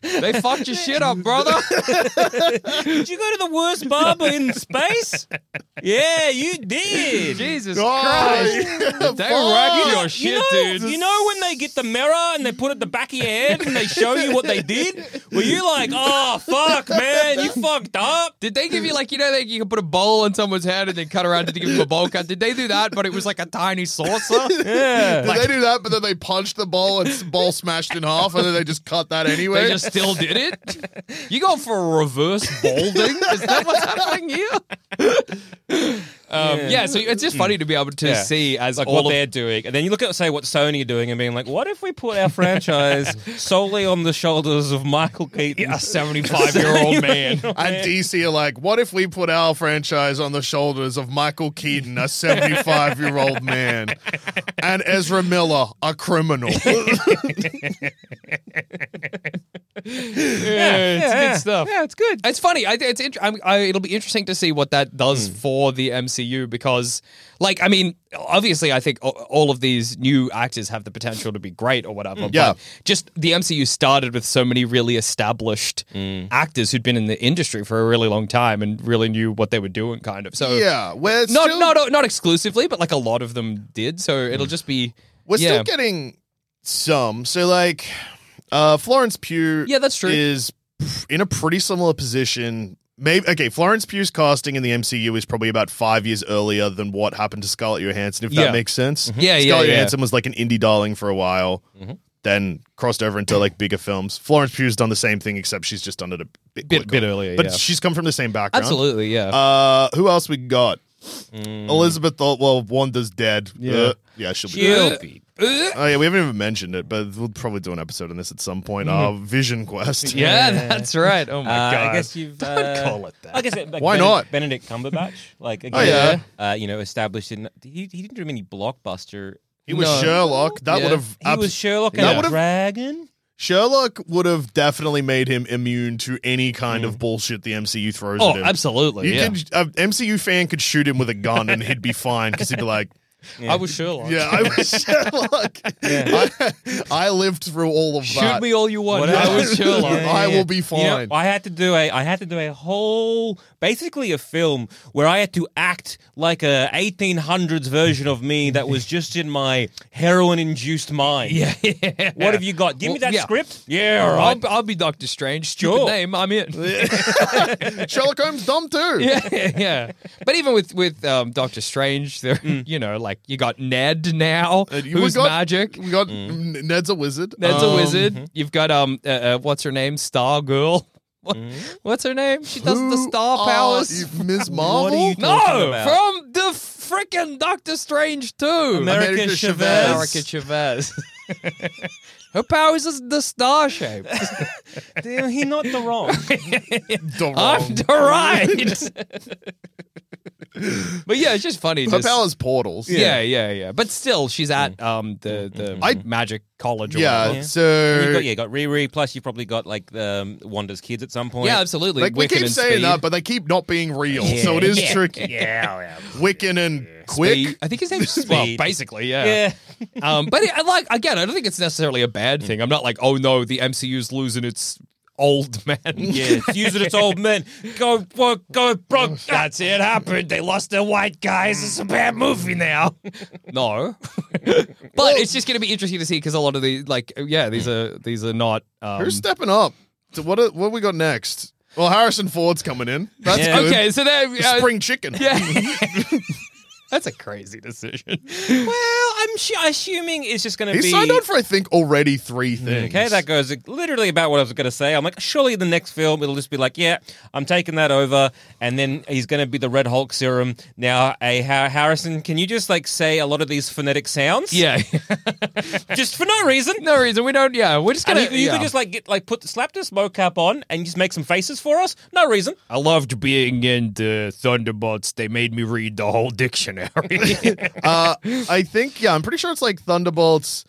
C: they fucked your shit up, brother.
B: Did you go to the worst barber in space? Yeah, you did.
C: Jesus
A: Oh,
C: Christ.
A: yeah,
C: They
A: fuck.
C: wrecked your
B: You
C: shit,
B: know,
C: dude.
B: you know when they get the mirror and they put it at the back of your head and they show you what they did? Were you like, oh, fuck, man, you fucked up?
C: Did they give you like you know like you can put a bowl on someone's head and then cut around to give them a bowl cut? Did they do that? But it was like a tiny saucer.
B: Yeah.
A: Did they do that, but then they punched the ball and s- ball smashed in half, and then they just cut that anyway?
C: They just still did it. You going for a reverse balding? Is that what's happening here? Um, yeah. so it's just funny to be able to
B: Yeah.
C: see as
B: like
C: all
B: what
C: of
B: they're doing, and then you look at say what Sony are doing, and being like, what if we put our franchise solely on the shoulders of Michael Keaton?
C: a seventy-five-year-old man.
A: and DC are like, what if we put our franchise on the shoulders of Michael Keaton, a 75 year old man, and Ezra Miller, a criminal?
C: yeah, it's
B: yeah.
C: good stuff.
B: Yeah, it's good.
C: It's funny. I, it's int- I'm, I, it'll be interesting to see what that does for the MCU because, like, I mean, obviously, I think a- all of these new actors have the potential to be great or whatever.
A: Yeah.
C: But just the MCU started with so many really established actors who'd been in the industry for a really long time and really knew what they were doing, kind of. So
A: yeah, we're
C: not
A: still,
C: not not exclusively, but like a lot of them did. So it'll just be
A: we're
C: yeah.
A: still getting some. So, like, uh, Florence Pugh
C: yeah, that's true.
A: is in a pretty similar position. Maybe okay. Florence Pugh's casting in the MCU is probably about five years earlier than what happened to Scarlett Johansson, if
C: Yeah. Mm-hmm.
A: that makes sense.
C: Yeah, yeah, Mm-hmm.
A: Scarlett
C: yeah.
A: Johansson was like an indie darling for a while,
B: Mhm.
A: then crossed over into like bigger films. Florence Pugh's done the same thing, except she's just done it a bit,
C: bit
A: quicker.
C: bit earlier,
A: but
C: yeah.
A: she's come from the same background.
C: Absolutely, Mm. yeah.
A: Uh, who else we got? Elizabeth thought, well, Wanda's dead.
C: Yeah.
A: Uh, yeah, she'll be. dead.
B: She'll be
C: Uh,
A: Oh yeah, we haven't even mentioned it, but we'll probably do an episode on this at some point. Uh, Vision Quest.
C: Mm-hmm. yeah, that's right. Oh my
B: Uh,
C: god.
B: I guess you've.
C: Don't
B: uh,
C: call it that.
B: I guess it, like,
A: Why
B: Benedict,
A: not?
B: Benedict Cumberbatch? Like again,
A: Oh, yeah.
B: uh, you know, established in he, he didn't do many blockbuster.
A: He was
C: No.
A: Sherlock. That
C: Yeah.
A: would have
B: He was Sherlock and
A: That
B: the
A: would've-
B: Dragon.
A: Sherlock would have definitely made him immune to any kind of bullshit the MCU throws
C: Mm-hmm. Oh,
A: at him.
C: absolutely.
A: You
C: yeah.
A: could, a MCU fan could shoot him with a gun and he'd be fine because he'd be like,
C: I was Sherlock.
A: "Yeah, I was Sherlock. I, I lived through all of
C: Shoot
A: that.
C: me all you want.
B: Whatever.
C: I was Sherlock.
B: Yeah, yeah,
A: I
B: yeah.
A: will be
B: You know,
A: fine."
B: I had to do a I had to do a whole basically a film where I had to act like a 1800s version of me that was just in my heroin induced mind.
C: yeah.
B: What have you got? Give me
C: Well,
B: that
C: yeah.
B: script. Yeah, all
C: I'll,
B: right.
C: I'll be Doctor Strange. Stupid
B: Sure.
C: name. I'm in.
A: Sherlock Holmes dumb too.
C: Yeah, yeah. But even with with um, Doctor Strange, there, you know, like you got Ned now,
A: And you- we
C: who's
A: got-
C: magic.
A: We got
C: Mm.
A: N- Ned's a wizard.
C: Ned's
A: Um,
C: a wizard. You've got um, uh, uh, what's her name? Star Girl. What, What's her name? She does the
A: who
C: star
A: are
C: powers.
A: you- Ms. Marvel.
B: you- talking
C: no,
B: about?
C: from the freaking Doctor Strange too.
B: America
A: America
B: Chavez.
A: Chavez.
C: America Chavez. Her powers is the star shape.
B: Damn, he not the wrong.
C: I'm
B: Oh.
A: Dorong.
C: derived. but yeah, it's just funny.
A: Her
C: just-
A: power's portals.
C: Yeah, yeah, yeah. But still, she's
B: Mm.
C: at um the the
A: I-
C: magic college. Or
A: Yeah,
C: whatever.
B: you
A: so
B: got, yeah, you got Riri. Plus, you probably got like um, Wanda's kids at some point.
C: yeah, absolutely.
A: like we
C: Wiccan
A: keep
C: and
A: saying
C: speed.
A: that, but they keep not being real, so it is tricky.
B: yeah, yeah.
A: Wiccan and quick.
C: Speed. I think his name's Speed.
B: Speed.
C: basically, yeah.
B: yeah.
C: Um, but it, I like again, I don't think it's necessarily a bad
B: Mm.
C: thing. I'm not like, oh no, the MCU's losing its old man.
B: Yeah, it's using its old men. Go, bro, go, bro.
C: That's it happened. They lost their white guys. It's a bad movie now. no, but it's just going to be interesting to see because a lot of the like, yeah, these are these are not. Um,
A: Who's stepping up? So what uh, what have we got next? Well, Harrison Ford's coming in. That's
B: Yeah.
A: good.
C: okay, so they're uh,
A: Spring chicken.
C: Yeah. That's a crazy decision.
B: Well, I'm sh- assuming it's just going to
A: He
B: be.
A: signed on for I think already three things.
B: Okay, that goes literally about what I was going to say. I'm like, surely the next film it'll just be like, yeah, I'm taking that over, and then he's going to be the Red Hulk serum. Now, a Har- Harrison, can you just like say a lot of these phonetic sounds?
C: Yeah.
B: just for no reason.
C: no reason. We don't. Yeah. We're just
B: And
C: gonna.
B: you, you could just like get like put slap the smoke cap on and just make some faces for us. No reason.
C: I loved being in the Thunderbolts. They made me read the whole dictionary.
A: Uh, I think yeah, I'm pretty sure it's like Thunderbolts,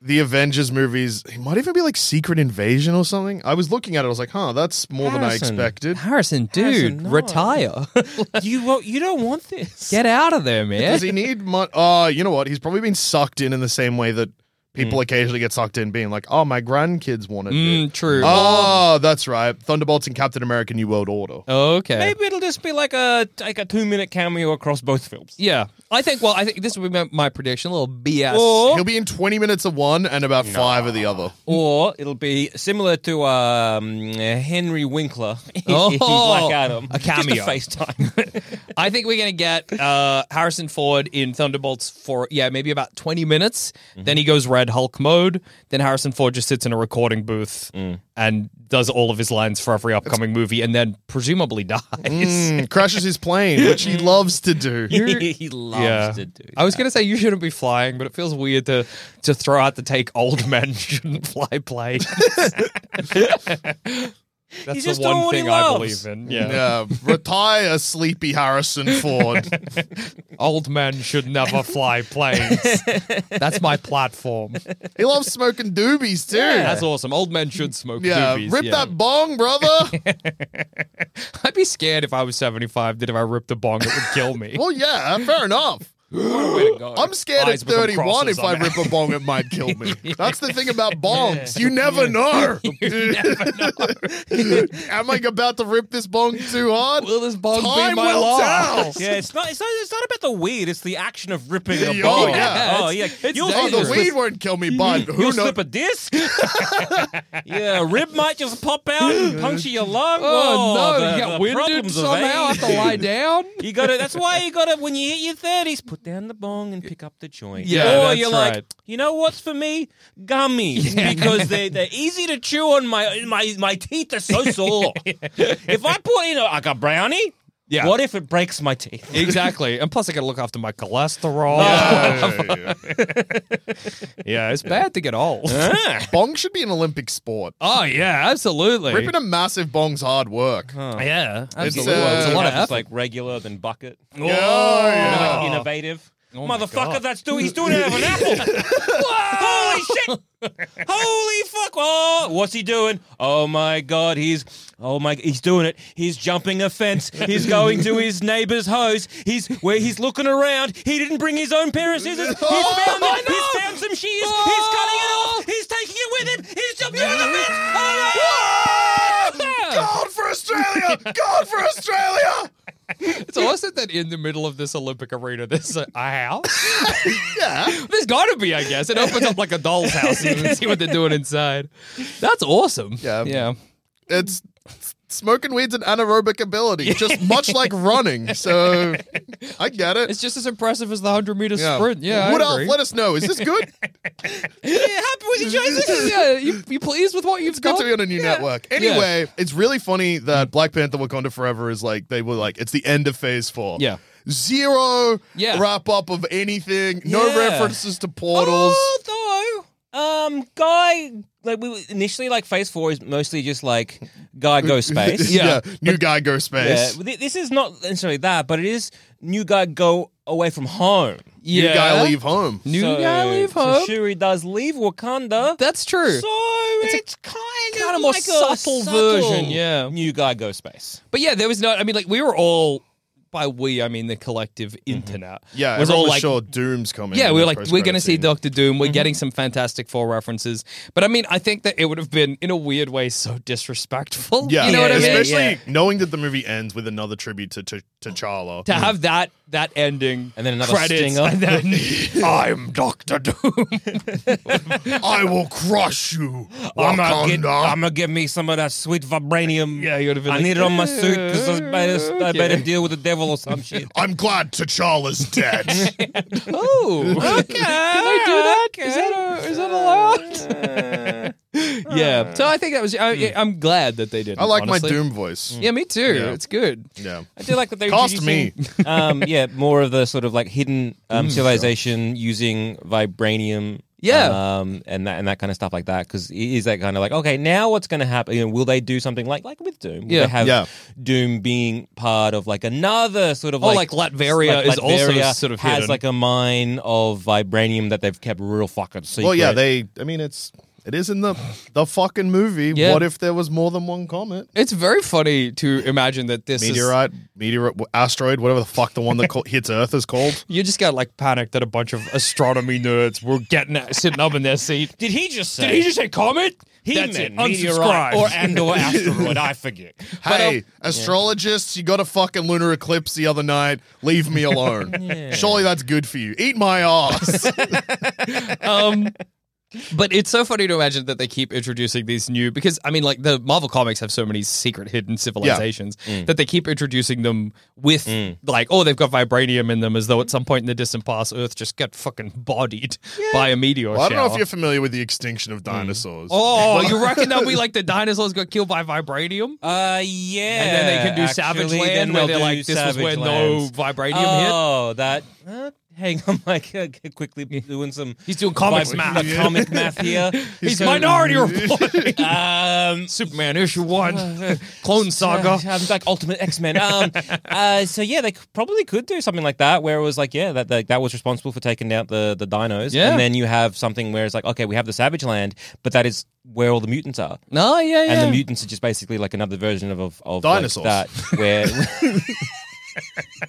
A: the Avengers movies. It might even be like Secret Invasion or something. I was looking at it, I was like, huh, that's more
B: Harrison.
A: than I expected.
C: Harrison, dude,
B: Harrison, no.
C: retire.
B: you won't- you don't want this.
C: Get out of there, man.
A: Does he need money? Oh, you know what? He's probably been sucked in in the same way that
B: Hmm.
A: people occasionally get sucked in, being like, oh, my grandkids wanted it.
C: Mm, true.
A: Oh, that's right. Thunderbolts and Captain America: New World Order.
C: okay.
B: Maybe it'll just be like a like a two minute cameo across both films.
C: Yeah. I think. Well, I think this would be my, my prediction. A little BS.
B: Or
A: He'll be in 20 minutes of one and about five of the other.
B: or it'll be similar to um, Henry Winkler in
C: Oh,
B: Black Adam.
C: a cameo.
B: Just a FaceTime.
C: I think we're gonna get uh, Harrison Ford in Thunderbolts for yeah maybe about twenty minutes. Then he
B: Mm-hmm.
C: goes Red Hulk mode. Then Harrison Ford just sits in a recording booth
B: Mm.
C: and does all of his lines for every upcoming movie, and then presumably dies.
A: Mm, crashes his plane, which he loves to do.
B: he loves
C: Yeah.
B: to do.
C: I was gonna say you shouldn't be flying, but it feels weird to to throw out the take old men shouldn't fly planes. That's
B: just
C: the one
B: doing what he
C: thing I
B: loves.
C: believe in. Yeah.
A: Yeah, retire, sleepy Harrison Ford.
C: Old men should never fly planes. That's my platform.
A: he loves smoking doobies too. Yeah,
C: That's awesome. Old men should smoke doobies.
A: rip
C: yeah.
A: that bong, brother.
C: I'd be scared if I was 75 that if I ripped a bong, it would kill me.
A: well, yeah, fair enough. I'm scared
C: Eyes
A: at
C: with them
A: 31 if
C: crosses
A: I
C: on it.
A: rip a bong, it might kill me. That's the thing about bongs. You never know. Am I about to rip this bong too hard? Oh,
C: Will this bong
A: Time
C: be my
A: will
C: law?
A: tell.
B: Yeah, it's not, it's not. It's not about the weed. It's the action of ripping a
A: Yeah,
B: bong.
A: oh, yeah.
B: Oh, yeah. You'll,
A: Oh, the
B: you'll
A: weed won't kill me, but who
B: you'll
A: knows?
B: slip a disc. yeah, a rib might just pop out and puncture your lung.
C: Oh,
B: Whoa,
C: no,
B: the-
C: you
B: the
C: got winded
B: problems of
C: somehow. I have to
B: age.
C: lie down.
B: You got to That's why you got to when you hit your thirties, put down the bong and pick up the joint.
C: Yeah,
B: or
C: that's
B: you're like,
C: right.
B: you know what's for me? Gummies because they they're easy to chew on. My my my teeth are so sore. if I put in a, like a brownie,
C: Yeah.
B: what if it breaks my teeth?
C: Exactly. And plus, I got to look after my cholesterol.
A: Yeah.
C: Yeah, it's bad to get old.
A: bong should be an Olympic sport.
C: oh, yeah, absolutely.
A: Ripping a massive bong's hard work.
C: yeah, absolutely. It's,
A: uh,
C: a lot of
B: Perhaps
C: effort. Oh.
B: like regular than bucket.
A: Yeah, yeah.
B: Like innovative.
C: my
B: Motherfucker,
C: God.
B: that's doing he's doing it out of an apple. Holy shit! Holy fuck! Oh, what's he doing? Oh my god, he's oh my he's doing it. He's jumping a fence. He's going to his neighbor's hose. He's where he's looking around. He didn't bring his own pair of scissors. He's found
C: Oh, I
B: it. He's found some shears. He's cutting it off. He's taking it with him. He's jumping on the fence. Oh my
A: Gold for Australia! Gold for Australia!
C: It's awesome that in the middle of this Olympic arena, there's a, a house.
A: Yeah.
C: There's got to be, I guess. It opens up like a doll's house. You can see what they're doing inside. That's awesome.
A: Yeah.
C: Yeah.
A: It's s- smoking weed's an anaerobic ability, just much like running. So I get it.
C: It's just as impressive as the 100 meter
A: Yeah.
C: sprint. Yeah.
A: Wood
C: I
A: elf,
C: agree.
A: let us know. Is this good?
B: Yeah, happy with you, Jason.
C: yeah, you, you pleased with what you've
A: It's
C: got?
A: good to be on a new network. Anyway, it's really funny that Black Panther Wakanda Forever is like, they were like, it's the end of phase four.
C: Yeah.
A: Zero
C: Yeah.
A: wrap up of anything, no
C: Yeah.
A: references to portals.
B: Although um, guy, like we were- initially like Phase Four is mostly just like guy go space.
A: yeah. New guy go
B: Yeah,
A: space.
B: th- this is not necessarily that, but it is new guy go away from home.
A: New guy leave home.
C: New guy leave
B: so
C: home.
B: Shuri does leave Wakanda.
C: That's true.
B: so
C: It's
B: it's,
C: a
B: kind,
C: kind
B: of
C: of more
B: like a
C: subtle version, yeah.
B: New guy go space.
C: But yeah, there was no. I mean, like we were all by we. I mean the collective internet.
A: Yeah,
C: was
A: everyone
C: all
A: was
C: like.
A: sure Doom's coming.
C: Yeah,
A: in
C: we were
A: the
C: like, we're
A: post-credit
C: going to see
A: scene.
C: Doctor Doom. We're getting some Fantastic Four references. But I mean, I think that it would have been, in a weird way, so disrespectful.
A: Yeah,
C: You know what I mean?
A: especially
B: Yeah.
A: knowing that the movie ends with another tribute to to T'Challa.
C: to have that that ending
B: And then another
C: credits,
B: stinger.
C: and then I'm Doctor Doom.
A: I will crush you,
B: I'm gonna, get,
A: Wakanda.
B: I'm gonna give me some of that sweet vibranium.
C: Yeah, you would've been
B: I
C: like,
B: need it on my suit because I better, I
C: okay.
B: better deal with the devil or some shit.
A: I'm glad T'Challa's dead.
C: oh, okay. Can they do that? Is that a, is that allowed?
B: Uh,
C: yeah. So I think that was. I, I'm glad that they did.
A: I like
C: honestly.
A: my Doom voice.
C: Yeah, me too.
A: Yeah.
C: It's good.
A: Yeah.
B: I do like that they're
A: Cost
B: introducing, um, yeah, more of the sort of like hidden
C: Mm,
B: um, civilization using vibranium.
C: Yeah.
B: um, and that and that kind of stuff like that because is that kind of like okay now what's going to happen? You know, will they do something like like with Doom? Will
C: Yeah.
B: they have
A: Yeah.
B: Doom being part of like another sort of
C: Oh,
B: like,
C: like Latveria is also sort of
B: has
C: hidden.
B: like a mine of vibranium that they've kept real fucking secret.
A: Well, yeah, they. I mean, it's it is in the the fucking movie.
C: Yeah.
A: What if there was more than one comet?
C: It's very funny to imagine that this is-
A: Meteorite, meteorite, asteroid, whatever the fuck the one that co- hits Earth is called.
C: you just got like panicked that a bunch of astronomy nerds were getting out, sitting up in their seat.
B: did he just say?
C: Did he just say comet?
B: He
C: That's
B: meant
C: it.
B: meteorite
C: Unsubscribe.
B: or and or asteroid. I forget.
A: Hey, astrologists, you got a fucking lunar eclipse the other night. Leave me alone. Surely that's good for you. Eat my ass.
C: um but it's so funny to imagine that they keep introducing these new because I mean like the Marvel comics have so many secret hidden civilizations
A: Mm.
C: that they keep introducing them with like oh they've got vibranium in them as though at some point in the distant past Earth just got fucking bodied by a meteor
A: Well, I don't know if
C: shower.
A: you're familiar with the extinction of dinosaurs.
C: Oh, you reckon that we like the dinosaurs got killed by vibranium?
B: Uh, yeah.
C: And then they can do Savage
B: actually,
C: Land
B: then
C: where
B: they'll
C: they're
B: do
C: like, this was
B: Savage
C: where
B: Lands.
C: no vibranium hit.
B: Oh, that. Uh, hang on, Mike. Uh, quickly doing some.
C: He's doing comics
B: vib-
C: math.
B: uh, comic math here.
C: He's
B: So-
C: Minority Report.
B: Um.
C: Superman issue one, Clone Saga.
B: uh, I'm like Ultimate X Men. Um, uh, so yeah, they c- probably could do something like that, where it was like, yeah, that that, that was responsible for taking out the the dinos,
C: Yeah.
B: and then you have something where it's like, okay, we have the Savage Land, but that is where all the mutants are.
C: No, yeah, yeah.
B: and the mutants are just basically like another version of of, of
A: Dinosaurs.
B: Like that where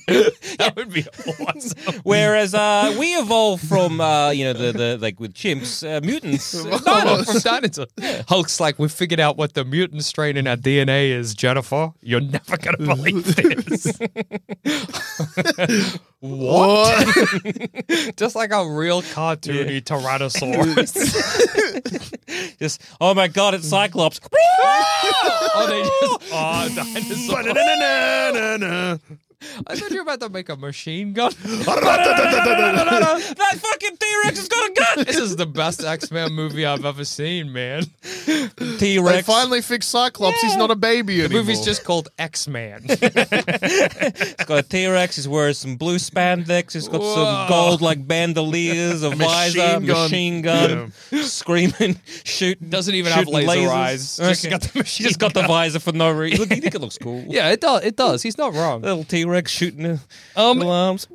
C: that would be awesome.
B: whereas uh, we evolve from uh, you know the, the like with chimps uh, mutants uh, dino-
C: from dinosaur. Hulk's like, we figured out what the mutant strain in our DNA is, Jennifer. You're never gonna believe this.
A: what?
C: Just like a real cartoony Tyrannosaurus.
B: just oh my god it's Cyclops
C: oh, they just oh, dinosaur.
A: Ba-da-da-da-da-da.
C: I thought you were about to make a machine gun.
A: Ba-da-da-da-da-da-da.
B: that fucking T Rex has got a gun
C: this is the best X Men movie I've ever seen, man.
B: T
A: They
B: Rex
A: finally fixed Cyclops. He's not a baby
C: The
A: anymore.
C: movie's just called X Man.
B: it's got a T Rex he's wearing some blue spandex he's got
C: Whoa.
B: some gold like bandoliers a visor
A: machine gun.
B: machine gun screaming shoot
C: Doesn't even have
B: shooting
C: laser
B: lasers.
C: eyes. Just
B: Okay.
C: got the machine
B: just got the visor for no reason look you think it looks cool
C: yeah, it does. It does. He's not wrong.
B: little T Rex shooting his
C: Um,
B: little arms.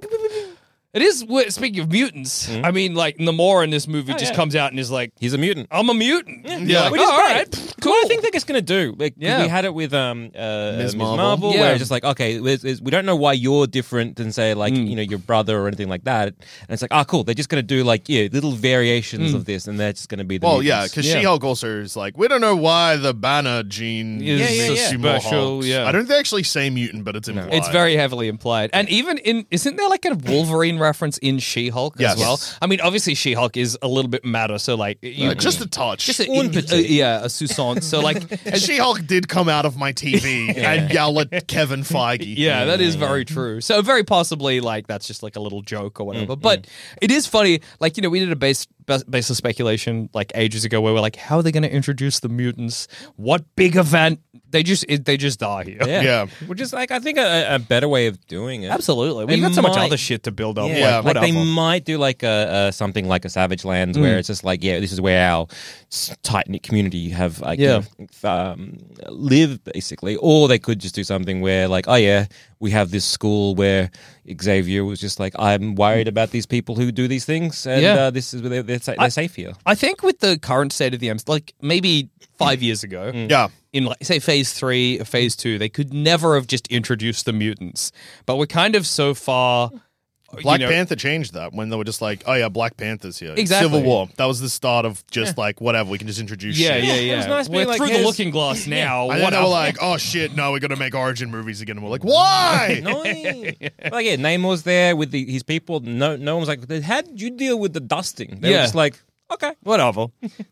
C: It is. weird- Speaking of mutants, I mean, like Namor in this movie just
B: yeah.
C: comes out and is like,
B: He's a mutant.
C: "I'm a mutant."
A: Yeah.
C: Like,
B: Which is
C: "Oh, all
B: great.
C: right,
B: It's
C: cool.
B: What I think they're just gonna do. Like 'cause
C: Yeah.
B: we had it with um uh,
A: Ms.
B: Ms.
A: Marvel.
B: Marvel,
C: Yeah.
B: where it's just like okay, it's, it's- we don't know why you're different than say like
C: Mm.
B: you know your brother or anything like that. And it's like ah cool, they're just gonna do like yeah little
C: Mm.
B: variations of this, and they're just gonna be the
A: Well, yeah,
B: mutants.
A: because
C: Yeah.
A: She-Hulk also is like, we don't know why the Banner gene
C: Is
A: is
B: Yeah, yeah, yeah.
C: special, yeah.
A: I don't think they actually say mutant, but it's implied.
C: It's very heavily implied, and even in isn't there like a Wolverine reference in She-Hulk
A: Yes.
C: as well?
A: Yes.
C: I mean, obviously She-Hulk is a little bit madder, so like you,
A: Uh, just a touch.
C: just a,
B: Un
C: uh,
B: petit.
C: yeah, a Susan. So like,
A: She-Hulk did come out of my TV and yell at Kevin Feige.
C: Yeah, that is very true. Mm-hmm. So very possibly like that's just like a little joke or whatever. But it is funny. Like you know, we did a base bas- baseless speculation like ages ago where we're like, how are they going to introduce the mutants? What big event? They just it, they just die here.
B: Yeah.
A: Yeah.
B: Which is like I think a, a better way of doing it.
C: Absolutely. We
B: They
C: got so much
B: might-
C: other shit to build on.
A: Yeah.
C: Like,
B: like they
C: whatever.
B: might do like a, uh something like a Savage Lands
C: Mm.
B: where it's just like yeah, this is where our tight knit community have like you
C: Yeah.
B: know, f- um, live basically, or they could just do something where like oh yeah, we have this school where Xavier was just like I'm worried about these people who do these things, and
C: Yeah.
B: uh, this is where they're, they're, sa- they're safe here.
C: I think with the current state of the MC, like maybe five years ago,
A: Yeah.
C: in like say phase three or phase two, they could never have just introduced the mutants. But we're kind of so far. you
A: Black
C: know-
A: Panther changed that when they were just like, oh yeah, Black Panther's here.
C: Exactly.
A: Civil War. That was the start of just like whatever. We can just introduce.
C: Yeah,
A: shit.
C: yeah, yeah.
B: it was nice
C: we're
B: being like,
C: through the
B: here's-
C: looking glass now.
A: And then
C: what
A: they were
C: up?
A: like, oh shit, no, we got to make origin movies again. And we're like, why?
B: No, like yeah, Namor's there with the, his people. No, no one was like, how did you deal with the dusting? They
C: Yeah.
B: were just like, okay,
C: whatever.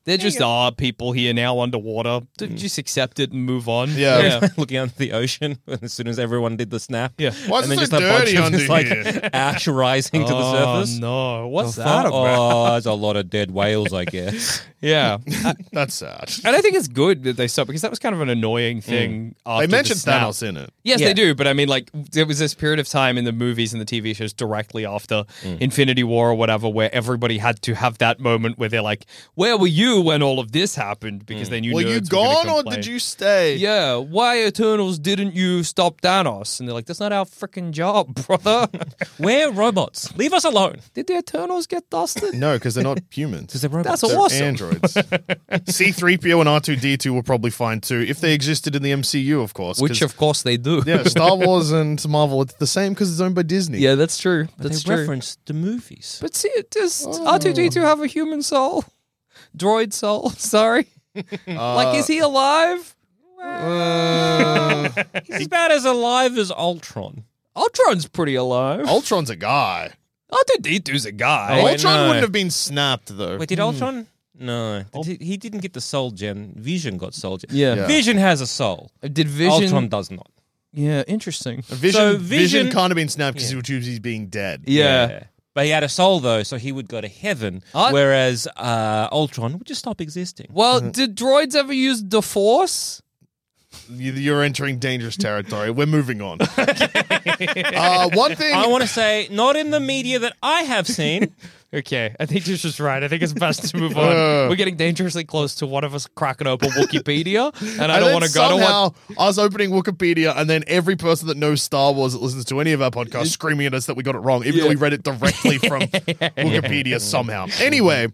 C: There just are people here now underwater. D- Just accept it and move on.
A: Mm. Yeah.
B: looking out the ocean as soon as everyone did the snap.
C: Yeah.
A: Why is it so dirty under
B: just, like
A: here?
B: ash rising to the
C: Oh,
B: surface.
C: no. What's
B: Oh,
C: that about?
B: oh, there's a lot of dead whales, I guess.
C: Yeah. I-
A: That's sad.
C: and I think it's good that they stopped because that was kind of an annoying thing.
A: Mm. They
C: After the
A: mentioned
C: snap.
A: Thanos in it.
C: Yes,
B: Yeah.
C: they do. But I mean, like, there was this period of time in the movies and the TV shows directly after
A: Mm.
C: Infinity War or whatever, where everybody had to have that moment where they're like, "Where were you when all of this happened?" Because they knew.
A: Mm. Were you
C: nerds gonna
A: gone or
C: complain.
A: did you stay?
C: Yeah, why Eternals didn't you stop Thanos? And they're like, "That's not our freaking job, brother."
B: We're robots. Leave us alone.
C: Did the Eternals get dusted?
A: No, because they're not humans.
B: Because they're robots.
C: That's awesome.
A: androids. C3PO and R2D2 were probably fine too, if they existed in the MCU, of course. 'cause-
C: Which, of course, they do.
A: yeah, Star Wars and Marvel, it's the same because it's owned by Disney.
C: Yeah, that's true.
B: But
C: That's
B: they
C: true.
B: reference the movies.
C: But see, does R two D two have a human soul? Droid soul? Sorry. like, is he alive?
B: He's about as alive as Ultron.
C: Ultron's pretty alive.
A: Ultron's a guy.
C: R two D 2s a guy.
B: Oh, wait,
A: Ultron
B: no.
A: wouldn't have been snapped though.
B: Wait, did Ultron? No, Did he, he didn't get the soul gem. Vision got soul gem.
C: Yeah. Yeah.
B: Vision has a soul.
C: Did Vision?
B: Ultron does not.
C: Yeah, interesting.
A: Vision,
B: so
A: Vision,
B: Vision-
A: can't have been snapped because he was he's being dead.
C: Yeah.
B: But he had a soul though, so he would go to heaven,
C: I-
B: whereas uh, Ultron would just stop existing.
C: Well, did droids ever use the Force?
A: You- You're entering dangerous territory. We're moving on. uh, one thing.
B: I want to say, not in the media that I have seen.
C: Okay, I think Tish is right. I think it's best to move
A: Uh.
C: We're getting dangerously close to one of us cracking open Wikipedia, and I
A: and
C: don't
A: then
C: want to go. I don't want.
A: Somehow, us opening Wikipedia, and then every person that knows Star Wars that listens to any of our podcasts screaming at us that we got it wrong, even though we read it directly from Wikipedia somehow. Anyway,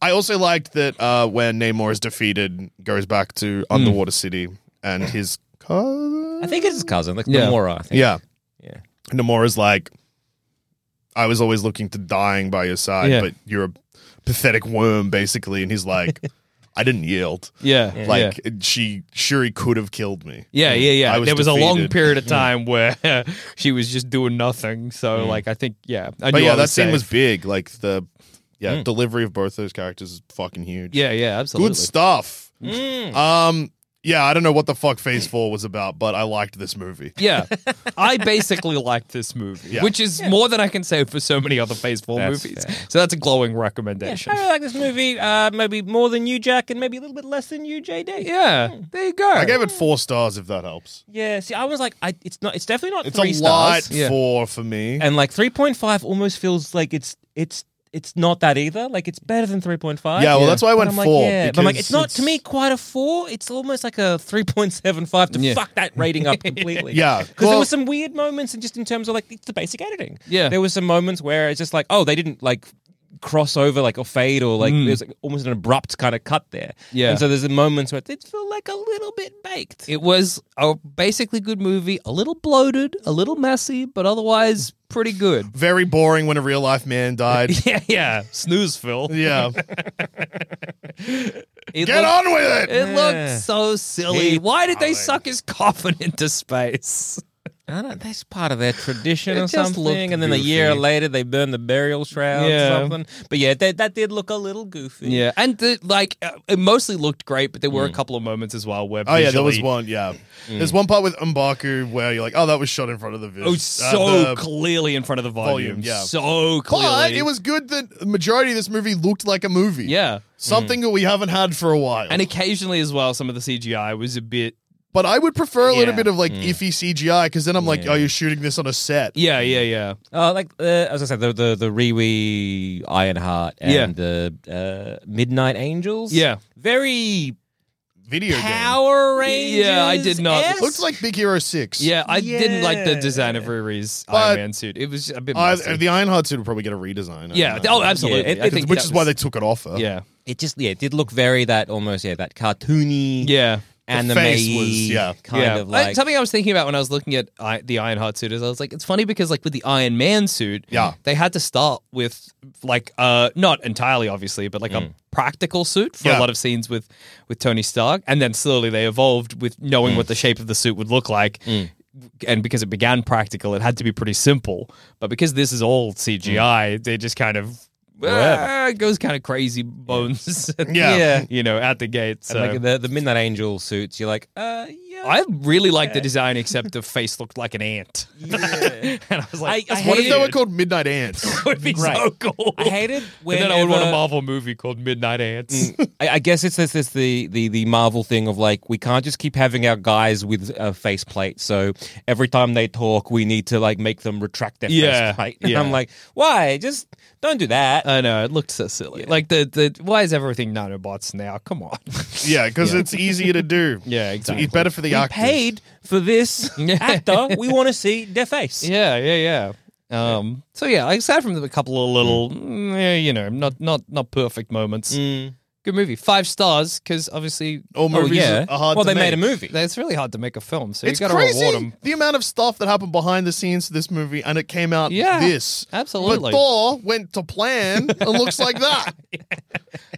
A: I also liked that uh, when Namor is defeated, goes back to
C: Hmm.
A: Underwater City and his cousin.
B: I think it's his cousin, like
C: Yeah.
B: Gamora. I think.
A: Yeah.
B: Yeah.
A: Namora's like, I was always looking to dying by your side,
C: Yeah.
A: but you're a pathetic worm, basically. And he's like, I didn't yield.
C: Yeah,
A: Like she Shuri could have killed me.
C: Yeah, yeah, yeah.
A: I was
C: there was a long
A: defeated.
C: period of time where she was just doing nothing. So, like, I think, yeah. I
A: Mm. But
C: knew I
A: yeah, that scene
C: safe.
A: was big. Like the yeah, delivery of both those characters is fucking huge.
C: Hmm. Yeah, yeah, absolutely. Hmm.
A: Good stuff. Um yeah, I don't know what the fuck phase four was about, but I liked this movie.
C: Yeah, I basically liked this movie,
A: Yeah.
C: which is more than I can say for so many other Phase Four
B: That's
C: movies.
B: fair.
C: So that's a glowing
B: Yeah,
C: recommendation.
B: I really like this movie. Uh, maybe more than you, Jack, and maybe a little bit less than you, JD.
C: Yeah, there you go.
A: I gave it four stars if that helps.
B: Yeah. See, I was like, I, it's not. It's definitely not
A: It's
B: three
A: a light
B: stars.
C: Yeah.
A: four for me.
B: And like three point five almost feels like it's it's it's not that either. Like it's better than three point five.
A: Yeah, well,
C: Yeah.
A: that's why I
B: But
A: went
B: I'm like,
A: four.
B: yeah. But I'm like,
A: because
B: it's not to me quite a four. It's almost like a three point seven five to
C: Yeah.
B: fuck that rating up completely.
A: Yeah.
B: because
A: Well-
B: there were some weird moments, and just in terms of like it's the basic editing.
C: Yeah.
B: there were some moments where it's just like, oh, they didn't like cross over like or fade or like there's like, almost an abrupt kind of cut there.
C: Mm. Yeah.
B: and so there's the moments where it did feel like a little bit baked.
C: It was a basically good movie, a little bloated, a little messy, but otherwise pretty good.
A: Very boring when a real life man died.
C: Yeah, yeah. Snooze, Phil.
A: Yeah.
C: It
A: Get
C: looked-
A: on with it.
C: It
B: Yeah.
C: looked so silly.
B: He-
C: Why did they suck his coffin into space?
B: I don't. That's part of their tradition
C: It
B: or
C: just
B: something.
C: looked
B: And then a year
C: goofy.
B: later, they burn the burial shroud
C: Yeah.
B: or something. But yeah, that, that did look a little goofy.
C: Yeah, and the, like uh, it mostly looked great, but there were a couple of moments as well where
A: Mm. Oh yeah, there was
C: visually-
A: one. Yeah,
C: Hmm.
A: there's one part with Umbaku where you're like, oh, that was shot in front of the vis.
C: It was so
A: uh, the-
C: clearly in front of the volume.
A: Volume, yeah.
C: so clearly.
A: But it was good that the majority of this movie looked like a movie.
C: yeah,
A: Something that we haven't had for a while.
C: and occasionally as well, some of the CGI was a bit.
A: but I would prefer a little
C: Yeah. Mm.
A: bit of like iffy CGI because then I'm like, oh, you're shooting this on a set.
C: Yeah, yeah, yeah.
B: Uh, like uh, as I said, the the, the Riwi Ironheart and the uh, Midnight Angels.
C: Yeah.
B: very
A: Video game.
B: Power Rangers.
C: Yeah, I did not-
B: Yes.
A: Looks like Big Hero Six.
C: Yeah, I didn't like the
B: Yeah.
C: design of Riri's
A: But-
C: Iron Man suit. It was a bit.
A: Uh,
C: messy.
A: the Ironheart suit would probably get a redesign. I
C: yeah.
A: don't know.
C: Oh, absolutely.
B: Yeah, it-
C: I
B: it-
C: think
A: which
C: that
A: is why
C: was-
A: they took it off her.
C: Yeah.
B: it just yeah, it did look very that almost yeah that cartoony
C: Yeah.
B: anime
A: face was- yeah,
B: kind
C: yeah.
B: of
C: I-
B: like
C: something I was thinking about when I was looking at I, the Ironheart suit is I was like, it's funny because like with the Iron Man suit,
A: Yeah.
C: they had to start with like uh not entirely obviously, but like
B: Mm.
C: a practical suit for
A: Yeah.
C: a lot of scenes with with Tony Stark, and then slowly they evolved with knowing
B: Mm.
C: what the shape of the suit would look like. And because it began practical, it had to be pretty simple. But because this is all CGI, they just kind of
B: Mm. Whatever.
C: ah, it goes kind of crazy bones.
A: Yeah.
B: Yeah.
C: you know, at the gate.
B: and
C: So.
B: uh, like the the Midnight Angel suits. You're like, uh, yeah.
C: I really liked the design, except the face looked like an ant.
B: yeah.
C: And I was like,
B: I- I
C: "That's
A: What if they
B: hated-
A: were called Midnight Ants?
C: would be so
B: Right.
C: cool.
B: I hated
C: and
B: when
C: then I would want a Marvel movie called Midnight Ants.
B: I, I guess it's this, this the, the the Marvel thing of like we can't just keep having our guys with a faceplate. So every time they talk, we need to like make them retract their
C: Yeah,
B: faceplate.
C: yeah. Uh,
B: I'm like, why? Just don't do that.
C: I know it looked so silly. Like the the why is everything nanobots now? Come on.
A: yeah, because it's easier to do.
C: yeah, exactly.
A: It's better for the
B: we
A: actors.
B: paid for this
C: Yeah.
B: actor. We want to see their face.
C: Yeah, yeah, yeah. Um. So yeah, aside from a couple of little, mm, yeah, you know, not not not perfect moments.
B: Mm.
C: Good movie, five stars because obviously oh,
A: All movies
B: yeah.
A: are hard
B: well,
A: to
B: they made a
A: make.
B: movie.
C: it's really hard to make a film, so
A: It's
C: you got to
A: crazy
C: reward them.
A: the amount of stuff that happened behind the scenes to this movie, and it came out
C: Yeah,
A: this.
C: absolutely.
A: But Thor went to plan and looks like that.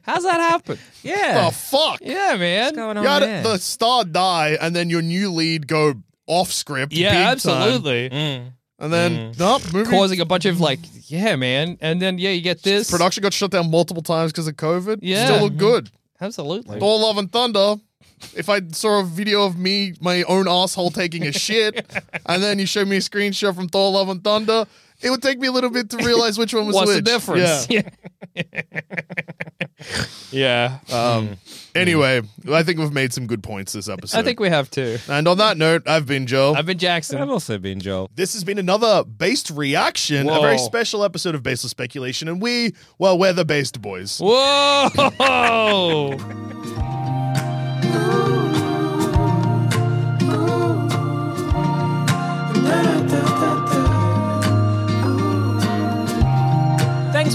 C: How's that happen?
B: yeah.
A: Oh fuck!
C: Yeah, Oh, man.
B: What's going
A: You had
B: on there?
A: the star die, and then your new lead go off script.
C: Yeah,
A: big time,
C: absolutely.
B: Mm.
A: and then nope, movie
C: Causing a bunch of like, yeah, man, and then yeah, you get this.
A: production got shut down multiple times because of COVID.
C: Yeah. Mm-hmm.
A: still look good.
C: Absolutely.
A: Thor: Love and Thunder. If I saw a video of me, my own asshole taking a shit, and then you showed me a screenshot from Thor: Love and Thunder, it would take me a little bit to realize which one was
C: What's
A: which.
C: the difference?
A: Yeah.
C: Yeah. yeah.
A: Um, anyway, I think we've made some good points this episode.
C: I think we have two.
A: and on that note, I've been Joe.
C: I've been
B: I've
C: Jackson.
B: also been Joel.
A: this has been another based reaction, a
C: Whoa.
A: very special episode of Baseless Speculation, and we, well, we're the based boys.
C: Whoa!
B: Thanks